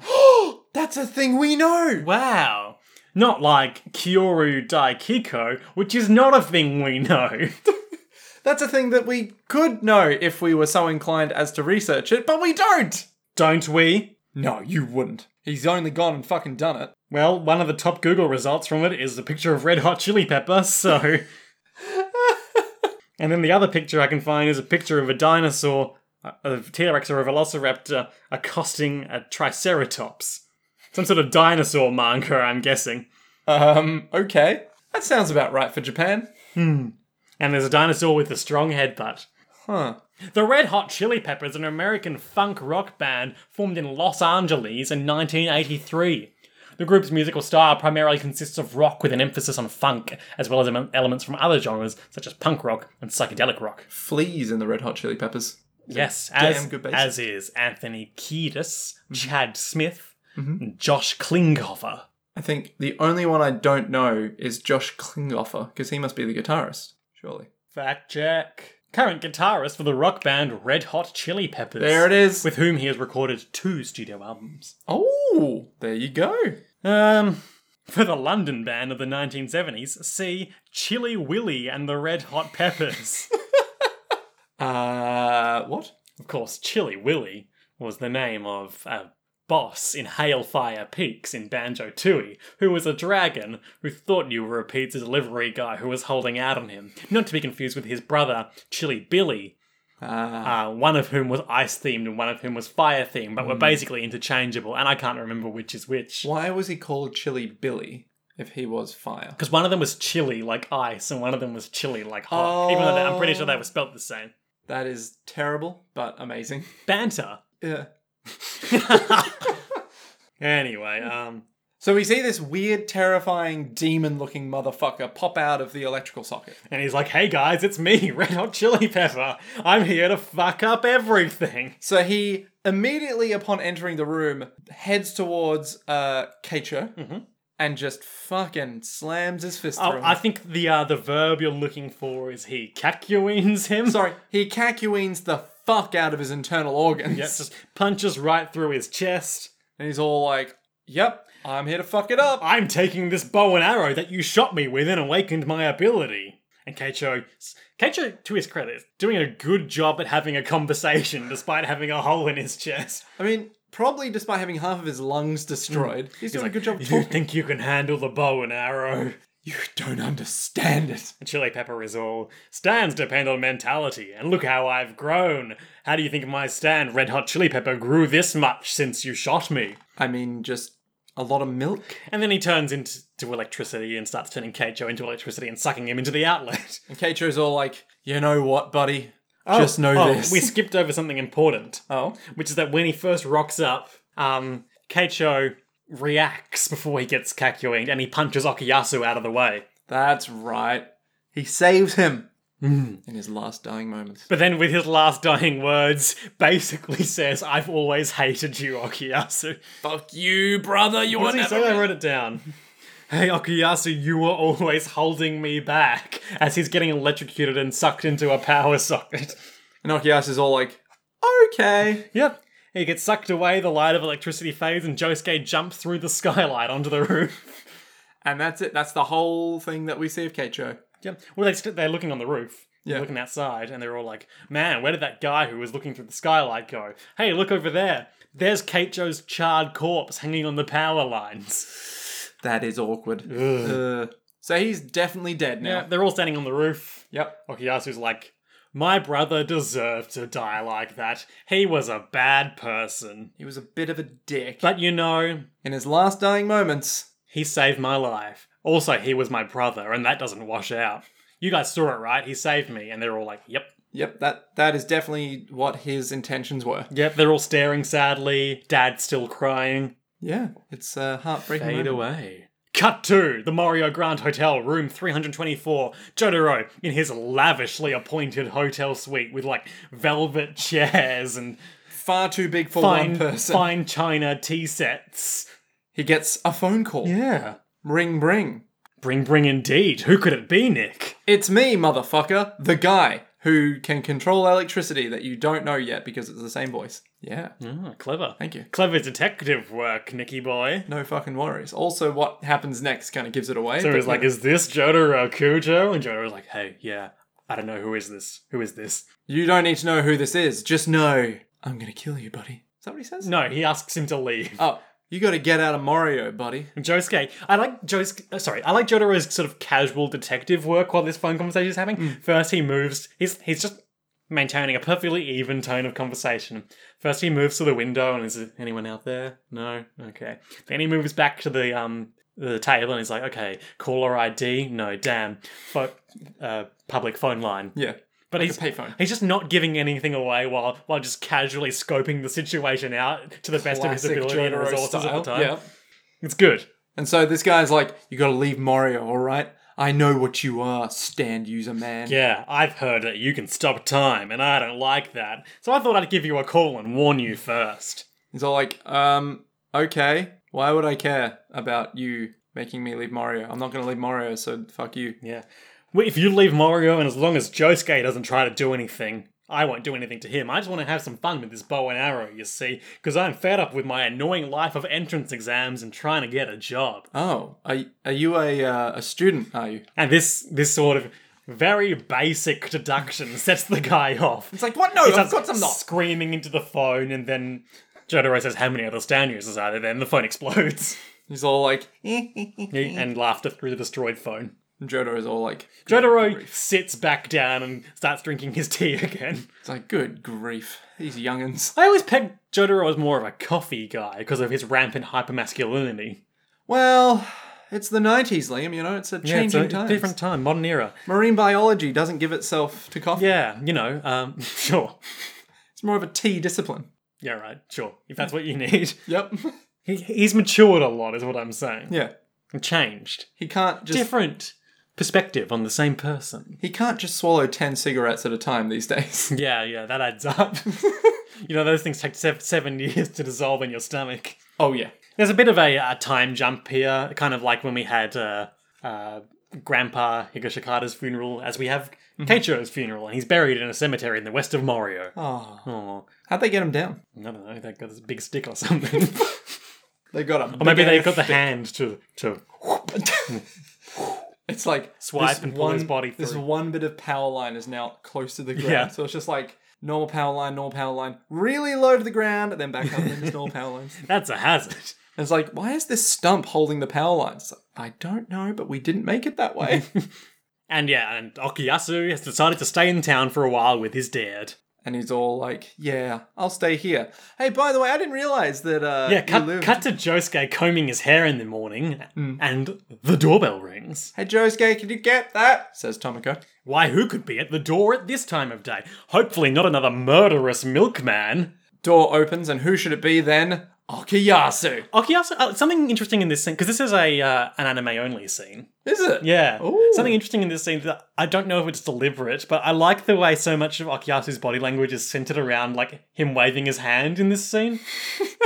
That's a thing we know! Wow. Not like Kyoru Daikiko, which is not a thing we know. That's a thing that we could know if we were so inclined as to research it, but we don't! Don't we? No, you wouldn't. He's only gone and fucking done it. Well, one of the top Google results from it is a picture of Red Hot Chili Pepper, so. and then the other picture I can find is a picture of a dinosaur, a a T Rex or a Velociraptor, accosting a Triceratops. Some sort of dinosaur manga, I'm guessing. Um, okay. That sounds about right for Japan. And there's a dinosaur with a strong headbutt. Huh. The Red Hot Chili Peppers, an American funk rock band formed in Los Angeles in 1983. The group's musical style primarily consists of rock with an emphasis on funk, as well as em- elements from other genres such as punk rock and psychedelic rock. Fleas in the Red Hot Chili Peppers. Yes, damn as, good Mm-hmm. as basis. is Anthony Kiedis, Chad Smith, Mm-hmm. and Josh Klinghoffer. I think the only one I don't know is Josh Klinghoffer, because he must be the guitarist, surely. Fact check. Current guitarist for the rock band Red Hot Chili Peppers. There it is. With whom he has recorded two studio albums. Oh, there you go. Um, for the London band of the 1970s, see Chili Willy and the Red Hot Peppers. Uh, what? of course, Chili Willy was the name of a boss in Hailfire Peaks in Banjo Tooie, who was a dragon who thought you were a pizza delivery guy who was holding out on him. Not to be confused with his brother, Chili Billy, Uh, uh, one of whom was ice themed and one of whom was fire themed, but were basically interchangeable, and I can't remember which is which. why was he called Chili Billy if he was fire? Because one of them was chilly like ice, and one of them was chilly like hot. Even though they- I'm pretty sure they were spelt the same. That is terrible, but amazing. Banter. Yeah. anyway, um, So we see this weird, terrifying, demon looking motherfucker pop out of the electrical socket. and he's like, "Hey guys, it's me, Red Hot Chili Pepper. I'm here to fuck up everything." So he immediately upon entering the room heads towards uh Keicho and just fucking slams his fist Mm-hmm. Oh, through him. I think the uh, the verb you're looking for is he cacuines him. Sorry, he cacuines the fuck out of his internal organs. Yeah, just punches right through his chest. and he's all like, yep, I'm here to fuck it up. I'm taking this bow and arrow that you shot me with and awakened my ability. And Keicho, Keicho, to his credit, is doing a good job at having a conversation despite having a hole in his chest. I mean, probably despite having half of his lungs destroyed, he's, doing Mm. like, a good job of You talking. think you can handle the bow and arrow? You don't understand it. And Chili Pepper is all, stands depend on mentality, and look how I've grown. How do you think my stand, Red Hot Chili Pepper, grew this much since you shot me? I mean, just a lot of milk. And then he turns into to electricity and starts turning Keicho into electricity and sucking him into the outlet. And Keicho's all like, you know what, buddy? just know oh, this. We skipped over something important, oh. which is that when he first rocks up, um, Keicho reacts before he gets Kakyoing and he punches Okuyasu out of the way. That's right. He saves him Mm. in his last dying moments. But then with his last dying words, basically says, I've always hated you, Okuyasu. Fuck you, brother. You What did are he never. say? I wrote it down. Hey, Okuyasu, you were always holding me back as he's getting electrocuted and sucked into a power socket. And Okuyasu's all like, okay. Yep. He gets sucked away, the light of electricity fades, and Josuke jumps through the skylight onto the roof. And that's it. That's the whole thing that we see of Keicho. Yep. Well, they st- they're looking on the roof. Yeah. They're looking outside, and they're all like, man, where did that guy who was looking through the skylight go? Hey, look over there. There's Keicho's charred corpse hanging on the power lines. That is awkward. Uh, so he's definitely dead now. Yeah. They're all standing on the roof. Yep. Okuyasu's like, my brother deserved to die like that. He was a bad person. He was a bit of a dick. But you know, in his last dying moments, He saved my life. Also, he was my brother, and that doesn't wash out. You guys saw it, right? He saved me. And they're all like, yep. yep, that that is definitely what his intentions were. Yep. They're all staring sadly. Dad's still crying. Yeah, it's uh, heartbreaking. moment. away. Cut to the Mario Grande Hotel, room 324. Jotaro in his lavishly appointed hotel suite with like velvet chairs and Far too big for one fine, person. fine china tea sets. He gets a phone call. Yeah. Ring, ring. Bring, bring indeed. Who could it be, Nick? It's me, motherfucker, the guy who can control electricity that you don't know yet because it's the same voice. Yeah. Ah, clever. Thank you. Clever detective work, Nicky boy. No fucking worries. Also, what happens next kind of gives it away. So but he's like, no. "Is this Jotaro Kujo?" And Jotaro's like, "Hey, yeah, I don't know who is this. Who is this?" you don't need to know who this is. Just know I'm gonna kill you, buddy. Is that what he says? No, he asks him to leave. Oh, you gotta get out of Mario, buddy. And Josuke, I like Josuke. uh, Sorry, I like Jotaro's sort of casual detective work while this phone conversation is happening. Mm. First, he moves. He's he's just maintaining a perfectly even tone of conversation. First, he moves to the window and is there anyone out there? No. Okay. Then he moves back to the um the table and he's like, "Okay, caller ID. No, damn. Fo- uh, public phone line." Yeah. But Like he's a payphone. He's just not giving anything away while while just casually scoping the situation out to the best of his Classic ability and Jotaro resources at style. the time. Yeah. It's good. And so this guy's like, you gotta leave Mario, alright? I know what you are, stand user man. Yeah, I've heard that you can stop time, and I don't like that. So I thought I'd give you a call and warn you first. He's all like, um, okay, why would I care about you making me leave Mario? I'm not gonna leave Mario, so fuck you. Yeah. Well, If you leave Mario, and as long as Josuke doesn't try to do anything, I won't do anything to him. I just want to have some fun with this bow and arrow, you see, because I'm fed up with my annoying life of entrance exams and trying to get a job. Oh, are, are you a, uh, a student, are you? And this this sort of very basic deduction sets the guy off. It's like, "Oh, what? No, He of starts course I'm not. Screaming into the phone, and then Jotaro says, "How many other stand users are there?" Then the phone explodes, He's all like, eh. and laughter through the destroyed phone. and Jotaro is all like, Jotaro sits back down and starts drinking his tea again. it's like, good grief, these young'uns. I always pegged Jotaro as more of a coffee guy because of his rampant hypermasculinity. Well, it's the 90s, Liam, you know, it's a Yeah, it's changing a time. different time, modern era. Marine biology doesn't give itself to coffee. Yeah, you know, um, sure. It's more of a tea discipline. Yeah, right, sure. If that's what you need, Yep. he, he's matured a lot, is what I'm saying. yeah. changed. He can't just Different perspective on the same person. he can't just swallow 10 cigarettes at a time these days. Yeah, yeah, that adds up. you know, those things take sev- seven years to dissolve in your stomach. Oh yeah. There's a bit of a, uh time jump here, kind of like when we had uh, uh, Grandpa Higashikata's funeral, as we have Teichiro's funeral, and he's buried in a cemetery in the west of Morio. Mm-hmm. Oh. Oh, How'd they get him down? I don't know, they got this big stick or something. or They got him. maybe they got the hand to, to it's like Swipe this and pull his one- body This through. one bit of power line is now close to the ground, Yeah. so it's just like normal power line, normal power line, really low to the ground, and then back up into normal power lines. That's a hazard. And it's like, why is this stump holding the power lines? It's like, I don't know, but we didn't make it that way. And yeah, and Okuyasu has decided to stay in town for a while with his dad. and he's all like, "Yeah, I'll stay here." Hey, by the way, I didn't realize that. Uh, Yeah, you cut, lived- Mm. cut to Josuke combing his hair in the morning, and the doorbell rings. Hey, Josuke, can you get that? Says Tomoko. Why, who could be at the door at this time of day? Hopefully, not another murderous milkman. Door opens, and who should it be then? Okuyasu. Okuyasu, uh, something interesting in this scene, because this is a uh, an anime only scene. Is it? Yeah. Ooh. Something interesting in this scene that I don't know if it's deliberate, but I like the way so much of Okuyasu's body language is centered around like him waving his hand in this scene.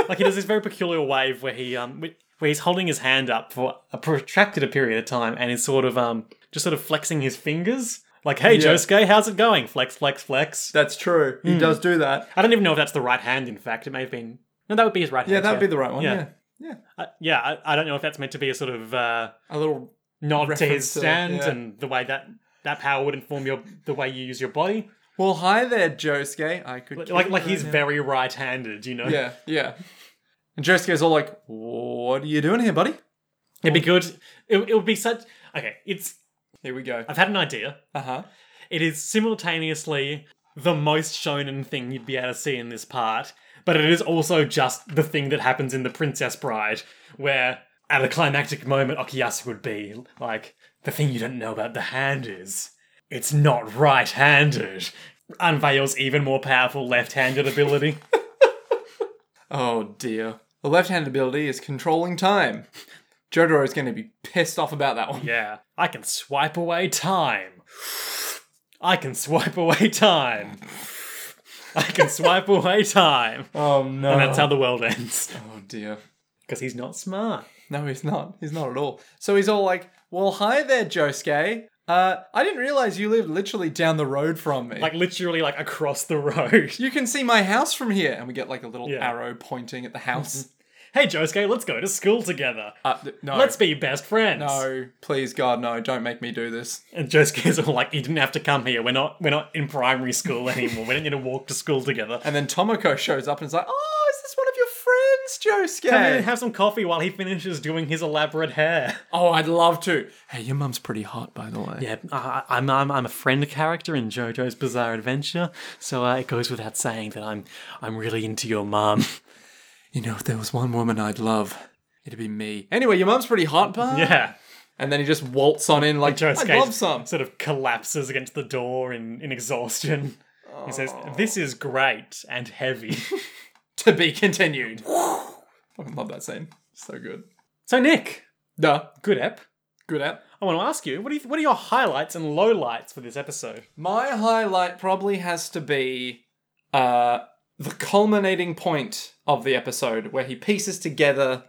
like he does this very peculiar wave where he um wh- where he's holding his hand up for a protracted period of time and is sort of um just sort of flexing his fingers. Like, hey Yeah. Josuke, how's it going? Flex, flex, flex. That's true. Hmm. He does do that. I don't even know if that's the right hand. In fact, it may have been. No, that would be his right Yeah, hand. that'd be the right one. Yeah. Yeah. yeah. Uh, yeah, I, I don't know if that's meant to be a sort of uh, A little. nod to his Reference to- stand yeah. and the way that that power would inform your the way you use your body. Well, hi there, Josuke. I could. Like kill like you he's right very right-handed, you know. now. Yeah, yeah. And Josuke's all like, "What are you doing here, buddy?" it'd be good. It, it would be such. Okay, it's. Here we go. I've had an idea. Uh huh. It is simultaneously the most shonen thing you'd be able to see in this part, but it is also just the thing that happens in the Princess Bride, where at a climactic moment, Okuyasu would be like, "The thing you don't know about the hand is it's not right-handed." Unveils even more powerful left-handed ability. Oh dear. The left-handed ability is controlling time. Jotaro is going to be pissed off about that one. Yeah. I can swipe away time. I can swipe away time. I can swipe away time. Oh no. And that's how the world ends. oh dear. Because he's not smart. No, he's not. He's not at all. So he's all like, "Well, hi there, Josuke. Uh, I didn't realize you lived literally down the road from me. Like, literally, like, across the road. you can see my house from here." And we get like a little Yeah. Mm-hmm. arrow pointing at the house. Hey, Josuke, let's go to school together. uh, th- no. Let's be best friends. no, please, God, no! Don't make me do this. And Josuke's all like, you didn't have to come here. We're not we're not in primary school anymore. we don't need to walk to school together. And then Tomoko shows up and is like, "Oh, is this one of your friends, Josuke?" Come in and have some coffee while he finishes doing his elaborate hair. oh, I'd love to. Hey, your mum's pretty hot, by the way. Yeah, I, I- I'm, I'm I'm a friend character in JoJo's Bizarre Adventure, so uh, it goes without saying that I'm I'm really into your mum. You know, if there was one woman I'd love, it'd be me. Anyway, your mum's pretty hot, but Yeah, And then he just waltz on in like, Josuke I'd love some. sort of collapses against the door in in exhaustion. He says, "This is great and heavy." To be continued. I love that scene. So good. so Nick, Duh. good ep. Good app. I want to ask you, what do you, what are your highlights and lowlights for this episode? My highlight probably has to be uh, the culminating point of the episode where he pieces together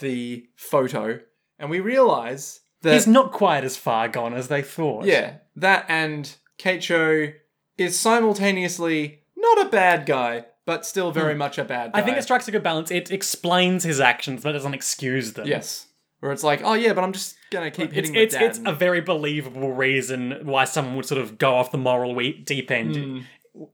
the photo and we realize that. He's not quite as far gone as they thought. Yeah, that and Keicho is simultaneously not a bad guy, but still very much a bad guy. Hmm. I think it strikes a good balance. It explains his actions, but doesn't excuse them. yes, where it's like, oh yeah, but I'm just gonna keep It's hitting it's, the dad. it's a very believable reason why someone would sort of go off the moral we- deep end Hmm.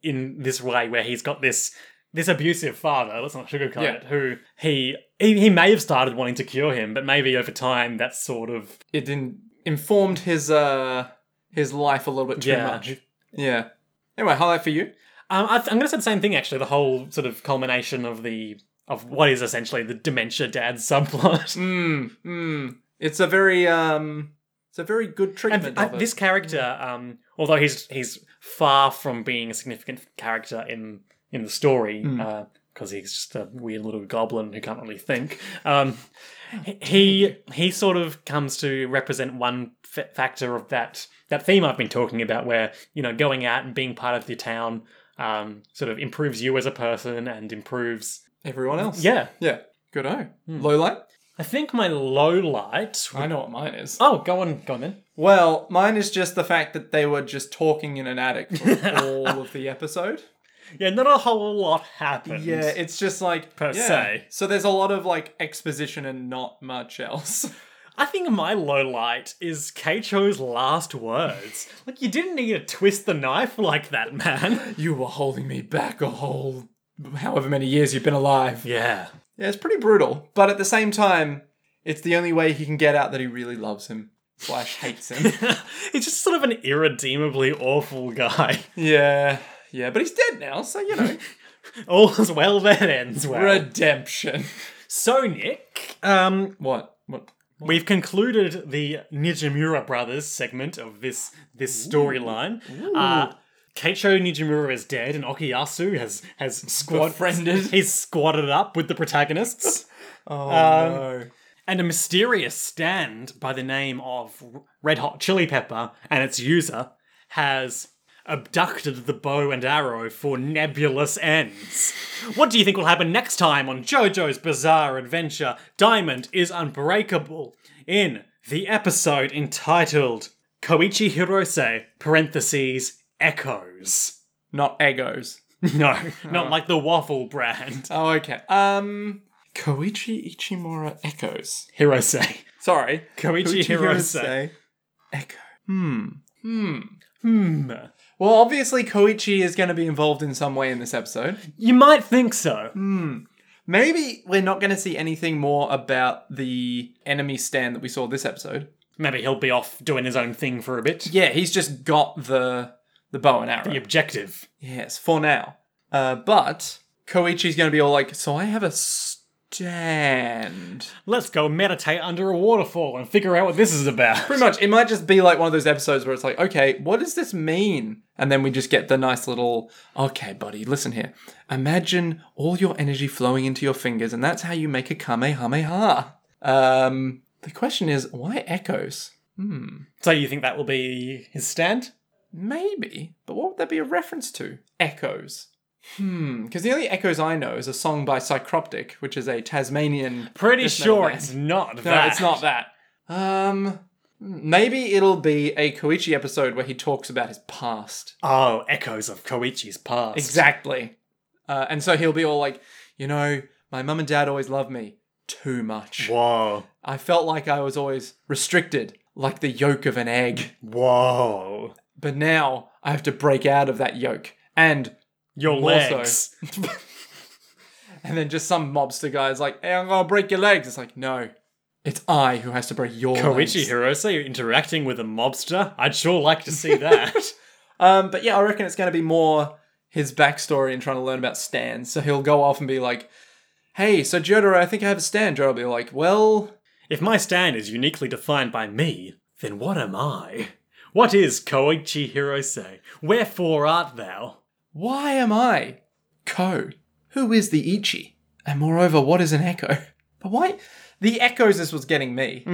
in this way, where he's got this this abusive father. Let's not sugarcoat Yeah. it. Who he, he he may have started wanting to cure him, but maybe over time that's sort of it in- informed his uh his life a little bit too Yeah. much. Yeah. Anyway, highlight for you. Um, I th- I'm going to say the same thing actually. The whole sort of culmination of the of what is essentially the dementia dad subplot. Mm, mm. It's a very um, it's a very good And treatment I- of it. this character, um, although he's he's far from being a significant character in in the story, because he's just a weird little goblin who can't really think. Um, he he sort of comes to represent one f- factor of that that theme I've been talking about, where you know going out and being part of the town um, sort of improves you as a person and improves Everyone else. yeah Yeah. Good oh. Low light? I think my low light. I know what mine is. Oh, go on, go on then. Well, mine is just the fact that they were just talking in an attic for all of the episode. Yeah, not a whole lot happened. Yeah, it's just like Per yeah. se. So there's a lot of like exposition and not much else. I think my low light is Keicho's last words. like, you didn't need to twist the knife like that, man. You were holding me back a whole however many years you've been alive. Yeah. Yeah, it's pretty brutal, but at the same time, it's the only way he can get out that he really loves him slash hates him. He's just sort of an irredeemably awful guy. yeah, yeah, but he's dead now, so you know, All's well that ends well. redemption. so, Nick, um, What? What? We've concluded the Nijimura brothers segment of this this storyline. Uh, Keicho Nijimura is dead, and Okuyasu has has squad Befriended. He's squatted up with the protagonists, Oh no! and a mysterious stand by the name of Red Hot Chili Pepper and its user has abducted the bow and arrow for nebulous ends. What do you think will happen next time on JoJo's Bizarre Adventure? Diamond is Unbreakable in the episode entitled Koichi Hirose parentheses echoes. Not egos. No, not like the waffle brand. Oh, okay. Um, Koichi Ichimura echoes. Hirose. Sorry, Koichi Hirose. echo. Hmm. Hmm. Hmm. Well, obviously Koichi is going to be involved in some way in this episode. You might think so. Maybe we're not going to see anything more about the enemy stand that we saw this episode. Maybe he'll be off doing his own thing for a bit. Yeah, he's just got the the bow and arrow. The objective. Yes, for now. Uh, but Koichi's going to be all like, "So I have a stand." Let's go meditate under a waterfall and figure out what this is about. Pretty much, it might just be like one of those episodes where it's like, "Okay, what does this mean?" And then we just get the nice little, "Okay, buddy, listen here. Imagine all your energy flowing into your fingers, and that's how you make a kamehameha." Um, the question is, why echoes? So you think that will be his stand? Maybe, but what would that be a reference to? Echoes. Hmm, because the only echoes I know is a song by Psychroptic, which is a Tasmanian. Pretty death metal sure band. it's not No, that. it's not that. Um, maybe it'll be a Koichi episode where he talks about his past. Oh, echoes of Koichi's past. Exactly. Uh, and so he'll be all like, you know, my mum and dad always loved me too much. Whoa. I felt like I was always restricted, like the yolk of an egg. Whoa. But now I have to break out of that yolk and Your More so. legs. And then just some mobster guy is like, hey, I'm gonna break your legs. It's like, no, it's I who has to break your Koichi legs. Hirose interacting with a mobster? I'd sure like to see that. Um, but yeah, I reckon it's gonna be more his backstory and trying to learn about Stan. So he'll go off and be like, hey, so Jotaro, I think I have a Stan. Jotaro will be like, well, If my stand is uniquely defined by me, then what am I? What is Koichi Hirose? Wherefore art thou? why am I Ko? Who is the Ichi? And moreover, what is an echo? But why? The echoes this was getting me.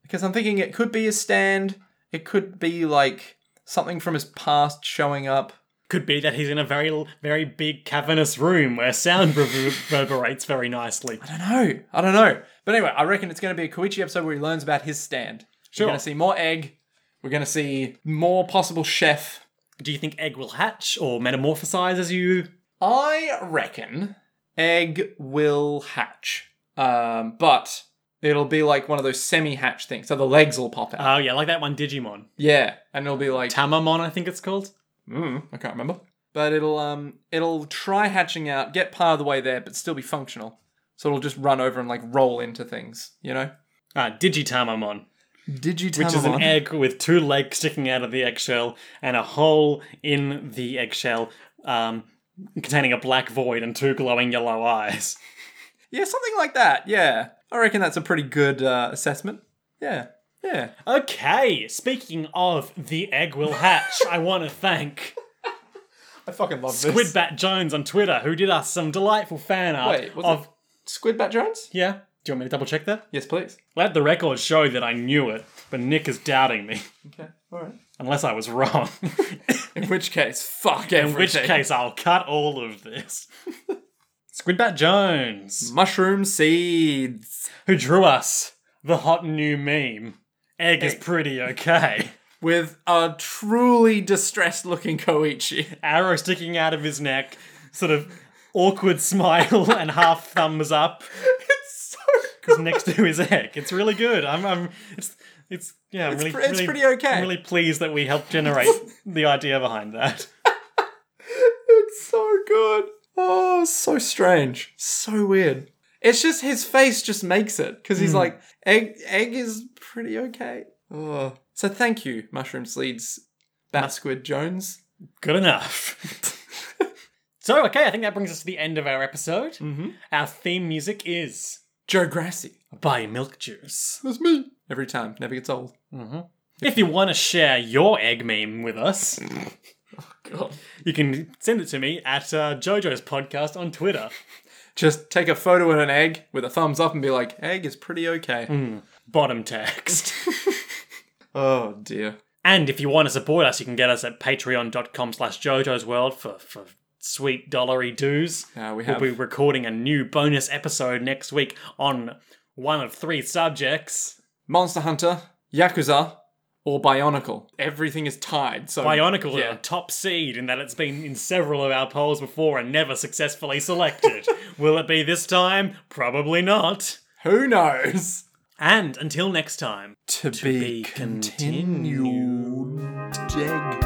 Because I'm thinking it could be his stand. It could be like something from his past showing up. Could be that he's in a very, very big cavernous room where sound rever- reverberates very nicely. I don't know. I don't know. But anyway, I reckon it's going to be a Koichi episode where he learns about his stand. Sure. We're going to see more egg. We're going to see more possible chef. Do you think Egg will hatch or metamorphosize as you? I reckon egg will hatch. Um, but it'll be like one of those semi-hatch things. So the legs will pop Oh out. yeah, like that one Digimon, yeah, and it'll be like Tamamon, I think it's called. mm, I can't remember. But it'll um it'll try hatching out, get part of the way there, but still be functional. So it'll just run over and like roll into things, you know. Ah, Digitamamon, Digitamon, which is an egg with two legs sticking out of the eggshell and a hole in the eggshell, um, containing a black void and two glowing yellow eyes. Yeah, something like that. Yeah. I reckon that's a pretty good uh, assessment. Yeah. Yeah. Okay, speaking of the egg will hatch, I want to thank I fucking love this. Squidbat Jones on Twitter who did us some delightful fan art Wait, was of Squid Bat Jones? yeah. Do you want me to double check that? Yes, please. Let the record show that I knew it, but Nick is doubting me. Okay. All right. Unless I was wrong. In which case, fuck In which case, I'll cut all of this. Squidbat Jones, Mushroom seeds. who drew us the hot new meme. Egg is pretty okay. With a truly distressed looking Koichi. Arrow sticking out of his neck, sort of awkward smile and half thumbs up It's so is next to his egg. It's really good. I'm, I'm it's it's yeah, I'm really, pre- it's really- pretty okay. I'm really pleased that we helped generate the idea behind that. It's so good. Oh, so strange. So weird. It's just his face just makes it because Hmm. he's like, egg, egg is pretty okay. Oh. So thank you, Mushroom Seeds, Bat Squid Jones. Good enough. so okay, I think that brings us to the end of our episode. Mm-hmm. Our theme music is Joe Grassy. by Milk Juice. That's me. Every time. Never gets old. If you want to share your egg meme with us, God. you can send it to me at uh, JoJo's podcast on Twitter. Just take a photo of an egg with a thumbs up and be like, egg is pretty okay. Hmm. Bottom text. Oh, dear. And if you want to support us, you can get us at patreon.com slash JoJo's World for, for sweet dollary dues. Uh, we We'll have be recording a new bonus episode next week on one of three subjects. Monster Hunter, Yakuza, or Bionicle. Everything is tied. So Bionicle Yeah. are top seed in that it's been in several of our polls before and never successfully selected. Will it be this time? Probably not. who knows? And until next time. to, be continued. continued.